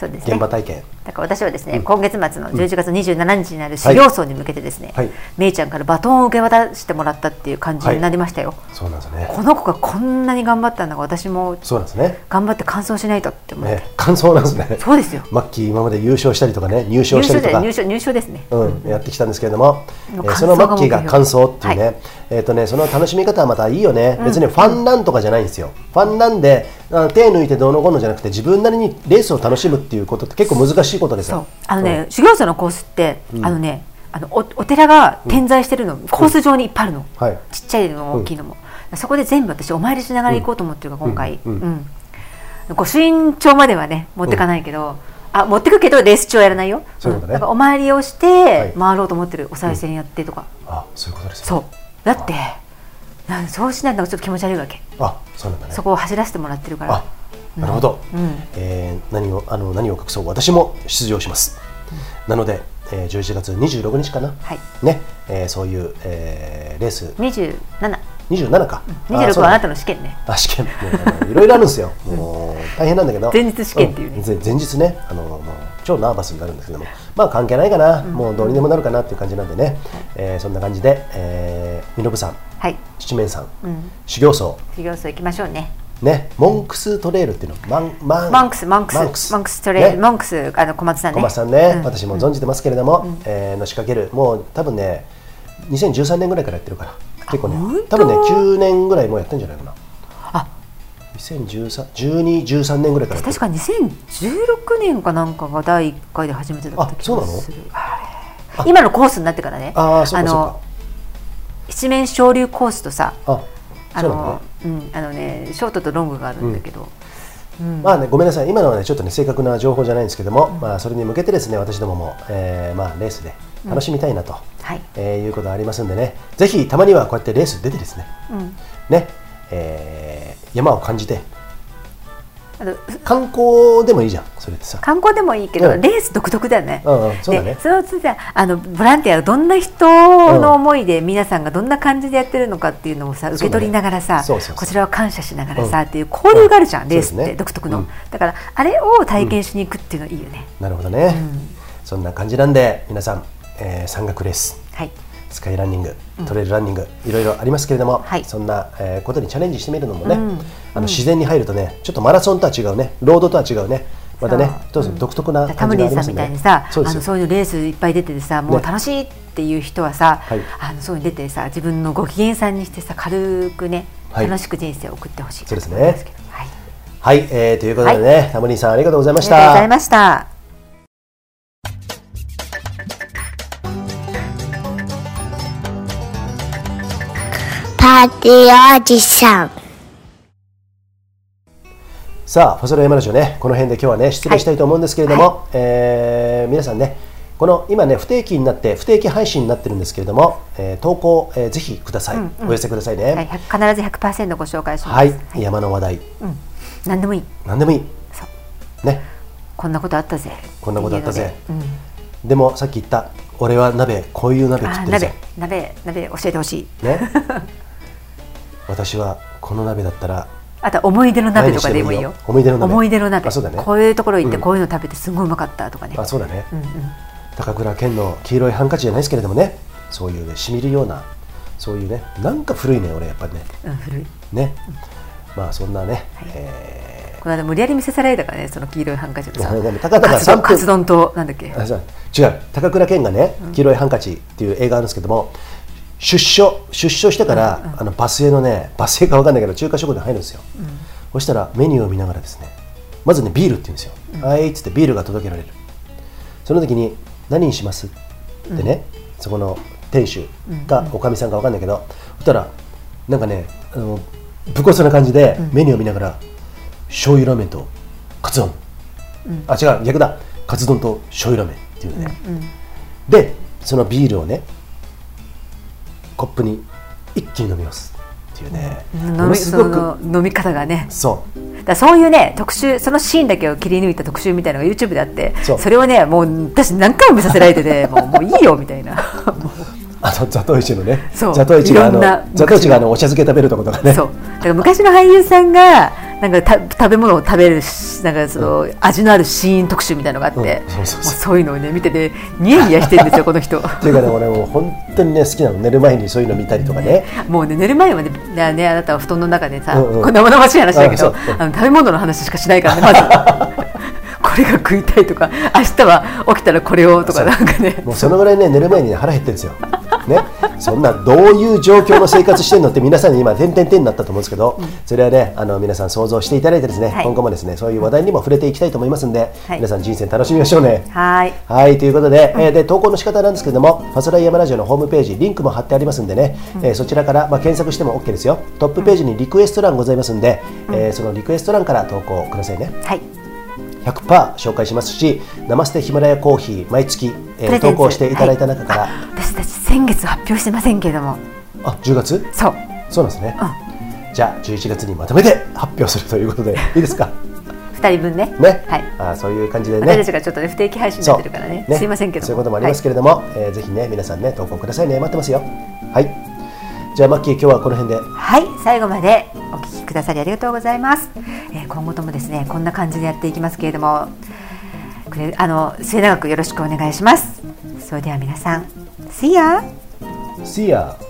A: そうですね
B: 現場体験
A: だから私はですね、今月末の11月27日になる
B: は
A: 修
B: い
A: 行僧に向けてですね、
B: はい
A: めいちゃんからバトンを受け渡してもらったっていう感じになりましたよ、
B: そうなんですね
A: この子がこんなに頑張ったんだから私も
B: そうなんですね
A: 頑張って完走しないとって思って、
B: ね感想なんですね
A: そうですよ
B: マッキー今まで優勝したりとかね入賞
A: 入
B: した
A: 賞
B: りと
A: で
B: か
A: 入賞入賞ですね、
B: うん、やってきたんですけれども、え
A: もう
B: ー
A: 感
B: そ
A: 想
B: の
A: が
B: マッキーが感想っていうね,、
A: はい
B: えーとねその楽しみ方はまたいいよね、別にファンランとかじゃないんですよ、ファンランであの手抜いてどうのこうのじゃなくて自分なりにレースを楽しむっていうことって結構難しいことです
A: そう
B: よ。
A: あのね、修行僧のコースって、あのねあのおお寺が点在してるの、コース上にいっぱいあるの、
B: はい
A: ちっちゃいのも大きいのも、そこで全部私お参りしながら行こうと思ってるから今回、う
B: う
A: んん御朱印帳まではね持ってかないけど、あ持ってくけどレース中はやらないよ
B: そういうことね
A: んだからお参りをし
B: い
A: て回ろうと思ってる、お賽銭やってとか、
B: あそういうことですね
A: そうだってなんそうしないのがちょっと気持ち悪いわけ、
B: あそうなんだね
A: そこを走らせてもらってるから
B: あなるほど、
A: ん
B: えー何をあの何を隠そう私も出場します、なので、えー、11月26日かな、
A: はい
B: ねえーそういう、えーレース
A: 2727
B: 27か、あーそう
A: はあ
B: だ
A: なたの試験 ね
B: あ試験もういろいろあるんですよ、もう大変なんだけど、
A: 前日試験っていうね
B: んぜ前日ねあの、もう超ナーバスになるんですけども、まあ関係ないかな、もうどうにでもなるかなっていう感じなんでね、えーそんな感じで、えー、みのぶさん、
A: はい
B: 七面さん、
A: ん
B: 修行僧、
A: 修行僧行きましょうね
B: ね、モンクストレイルっていうの、マンマン
A: モンクスモンクス
B: マ
A: モ
B: ン
A: ン
B: ク
A: ク
B: ス
A: ストレイ、
B: ね
A: モンクスあの小松さんね
B: 小松さんね、
A: うん
B: 私も存じてますけれども、えーの仕掛ける、もう多分ね、2013年ぐらいからやってるから、結構ね、多分ね、9年ぐらいもうやってんじゃないかな。
A: あ
B: 2013、12、13年ぐらいからやって
A: 確
B: る
A: か2016年かなんかが第1回で初めてだった気
B: あそう
A: が
B: なの
A: するあれ今のコースになってからね
B: ああ、そうかそうか
A: の。七面昇竜コースとさ
B: あ、
A: あ
B: そうなんだ
A: の
B: ね。
A: う、ん、あのねショートとロングがあるんだけど、
B: まあね、ごめんなさい、今のはね、ちょっとね、正確な情報じゃないんですけども、まあ、それに向けてですね、私どもも、えーまあ、レースで楽しみたいなと、
A: はい
B: えーいうことがありますんでね、ぜひ、たまにはこうやってレース出てですね、ね、えー山を感じて、
A: あの
B: 観光でもいいじゃん、それってさ。
A: 観光でもいいけど、
B: うん
A: レース独特だよね。
B: うんうんそうだね
A: でそのつさあのボランティアがどんな人の思いで皆さんがどんな感じでやってるのかっていうのをさ受け取りながらさ、
B: そうだねそうそうそう
A: こちらは感謝しながらさ、
B: うん
A: っていう交流があるじゃん、
B: うん
A: レースっ
B: そうです
A: て
B: ね
A: 独特の、
B: うん
A: だからあれを体験しに行くっていうのいいよね。
B: なるほどね、そんな感じなんで、皆さん、えー山岳レース、
A: はい。
B: スカイランニング、トレイルランニング、いろいろありますけれども、
A: はい
B: そんな、えーことにチャレンジしてみるのもね、あの自然に入るとね、ちょっとマラソンとは違うね、ロードとは違うね、またね
A: そう、
B: どうぞ独特な
A: タ
B: 感
A: ム
B: じが
A: リ
B: あ
A: ン
B: り
A: さ
B: ま
A: ん
B: す
A: み
B: ね。
A: たいにさ、
B: そう
A: あ
B: です
A: の
B: よ
A: そういうレースいっぱい出ててさ、もう
B: ね
A: 楽しいっていう人はさ、
B: はい
A: あのそういうの出てさ、自分のご機嫌さんにしてさ、軽くね、
B: はい
A: 楽しく人生を送ってほしい
B: そうですね
A: と思いますけどはい。
B: はい、えーということでね、タムリンさんありがとうございま
A: あ
B: し
A: りがとうござい
B: た。
A: ました。
I: パーティーおじさん。
B: さあ、ファソラ山ラジオね、この辺で今日はね、失礼したいと思うんですけれども、えー皆さんね、この今ね、不定期になって、不定期配信になってるんですけれども、えー投稿、えーぜひください、お寄せくださいね。
A: はい、必ず100%ご紹介します。
B: はい、山の話題、
A: 何でもいい。
B: 何でもいい。
A: そ
B: ね、
A: こんなことあったぜ。
B: こんなことあったぜ
A: っていうので。
B: でもさっき言った、俺は鍋、こういう鍋
A: うん、
B: 食
A: あ
B: っ
A: ー
B: てる
A: 鍋
B: ぜ。、
A: 鍋、鍋教えてほしい。
B: ね、私はこの鍋だったら、
A: あと思い出の鍋とかでもいいよ。
B: 何にしてもいいよ思
A: 思
B: い
A: い
B: 出
A: 出
B: の
A: の
B: 鍋
A: 鍋。
B: あそうだね
A: こういうところ行って
B: うん
A: こういうの食べてすごいうまかったとかね。
B: あ、そうだね。
A: うんうん。
B: 高倉健の黄色いハンカチじゃないですけれどもね、そういうね、しみるような、そういうね、なんか古いね、俺やっぱりね。
A: うん、古い。
B: ね、まあそんなね、え
A: この間無理やり見せされたからね、その黄色いハンカチのさ
B: いやでも高田
A: カ
B: が
A: ツ
B: 三
A: 丼
B: 分
A: カツ丼となんだっけ
B: ー、あそう違う、高倉健がね、黄色いハンカチっていう映画あるんですけども、出所出所してから、あのバスへのね、バスへかわかんないけど中華食堂入るんですよ。そしたらメニューを見ながらですね、まずねビールって言うんですよ。はいっつってビールが届けられる。その時に何にしますってね、そこの店主かおかみさんかわかんないけど、そしたらなんかね、あの不骨な感じでメニューを見ながら、醤油ラーメンとカツ丼。あ違う逆だカツ丼と醤油ラーメンっていうね、でそのビールをねコップに一気に飲みますっていうね、も
A: 飲
B: の
A: み
B: す
A: そ
B: ごく
A: の飲み方がね
B: そう
A: だからそういうね特集そのシーンだけを切り抜いた特集みたいなのが YouTube であって
B: そう
A: それをねもう私何回も見させられててもうもういいよみたいな
B: あそうザトウイチのね
A: そう
B: ザトウイチがあの
A: いろんな
B: ザトウイチがあのお茶漬け食べるとことかね
A: そうだから昔の俳優さんがなんかた食べ物を食べるしなんかその、味のあるシーン特集みたいなのがあって、
B: うんそうそうそう
A: もそういうのをね見ててニヤニヤしてるんですよこの人
B: っていう かね俺もう本当にね好きなの寝る前にそういうの見たりとかね
A: もうね寝る前までねねあなたは布団の中でさ、
B: うんうん
A: これ生々しい話だけど
B: あそう
A: あの食べ物の話しかしないからね まずこれが食いたいとか明日は起きたらこれをとかなんかね
B: もうそのぐらいね寝る前にね腹減ってるんですよ。ね、そんなどういう状況の生活してるのって皆さんに今点々点になったと思うんですけど、それはねあの皆さん想像していただいてですね、
A: はい
B: 今後もですねそういう話題にも触れていきたいと思いますんで、
A: はい
B: 皆さん人生楽しみましょうね。
A: はい
B: はいということで,、えーで投稿の仕方なんですけれども、ファスライヤマラジオのホームページ、リンクも貼ってありますんでね、えーそちらから、まあ、検索しても OK ですよ、トップページにリクエスト欄ございますんで、えーそのリクエスト欄から投稿くださいね。
A: はい
B: 100%紹介しますし、ナマステヒマラヤコーヒー、毎月、え
A: プレゼン
B: ー
A: ツ
B: 投稿していただいた中から、
A: はい私たち先月発表してませんけれども
B: あ10月
A: そう
B: そうなんですね、じゃあ11月にまとめて発表するということで、いいですか、
A: 2人分ね
B: ね
A: はい
B: あそういう感じでね。
A: 私たちがちょっとね不定期配信になってるからね
B: そう
A: すいませんけど
B: そういうこともありますけ
A: ど、
B: れども、えーぜひね皆さんね投稿くださいね待ってますよはいじゃあマッキー今日はこの辺で
A: はい、はい最後までお聞きくださりありがとうございます、えー今後ともですねこんな感じでやっていきますけれどもくれあの末永くよろしくお願いしますそれでは皆さん See ya!
B: See ya!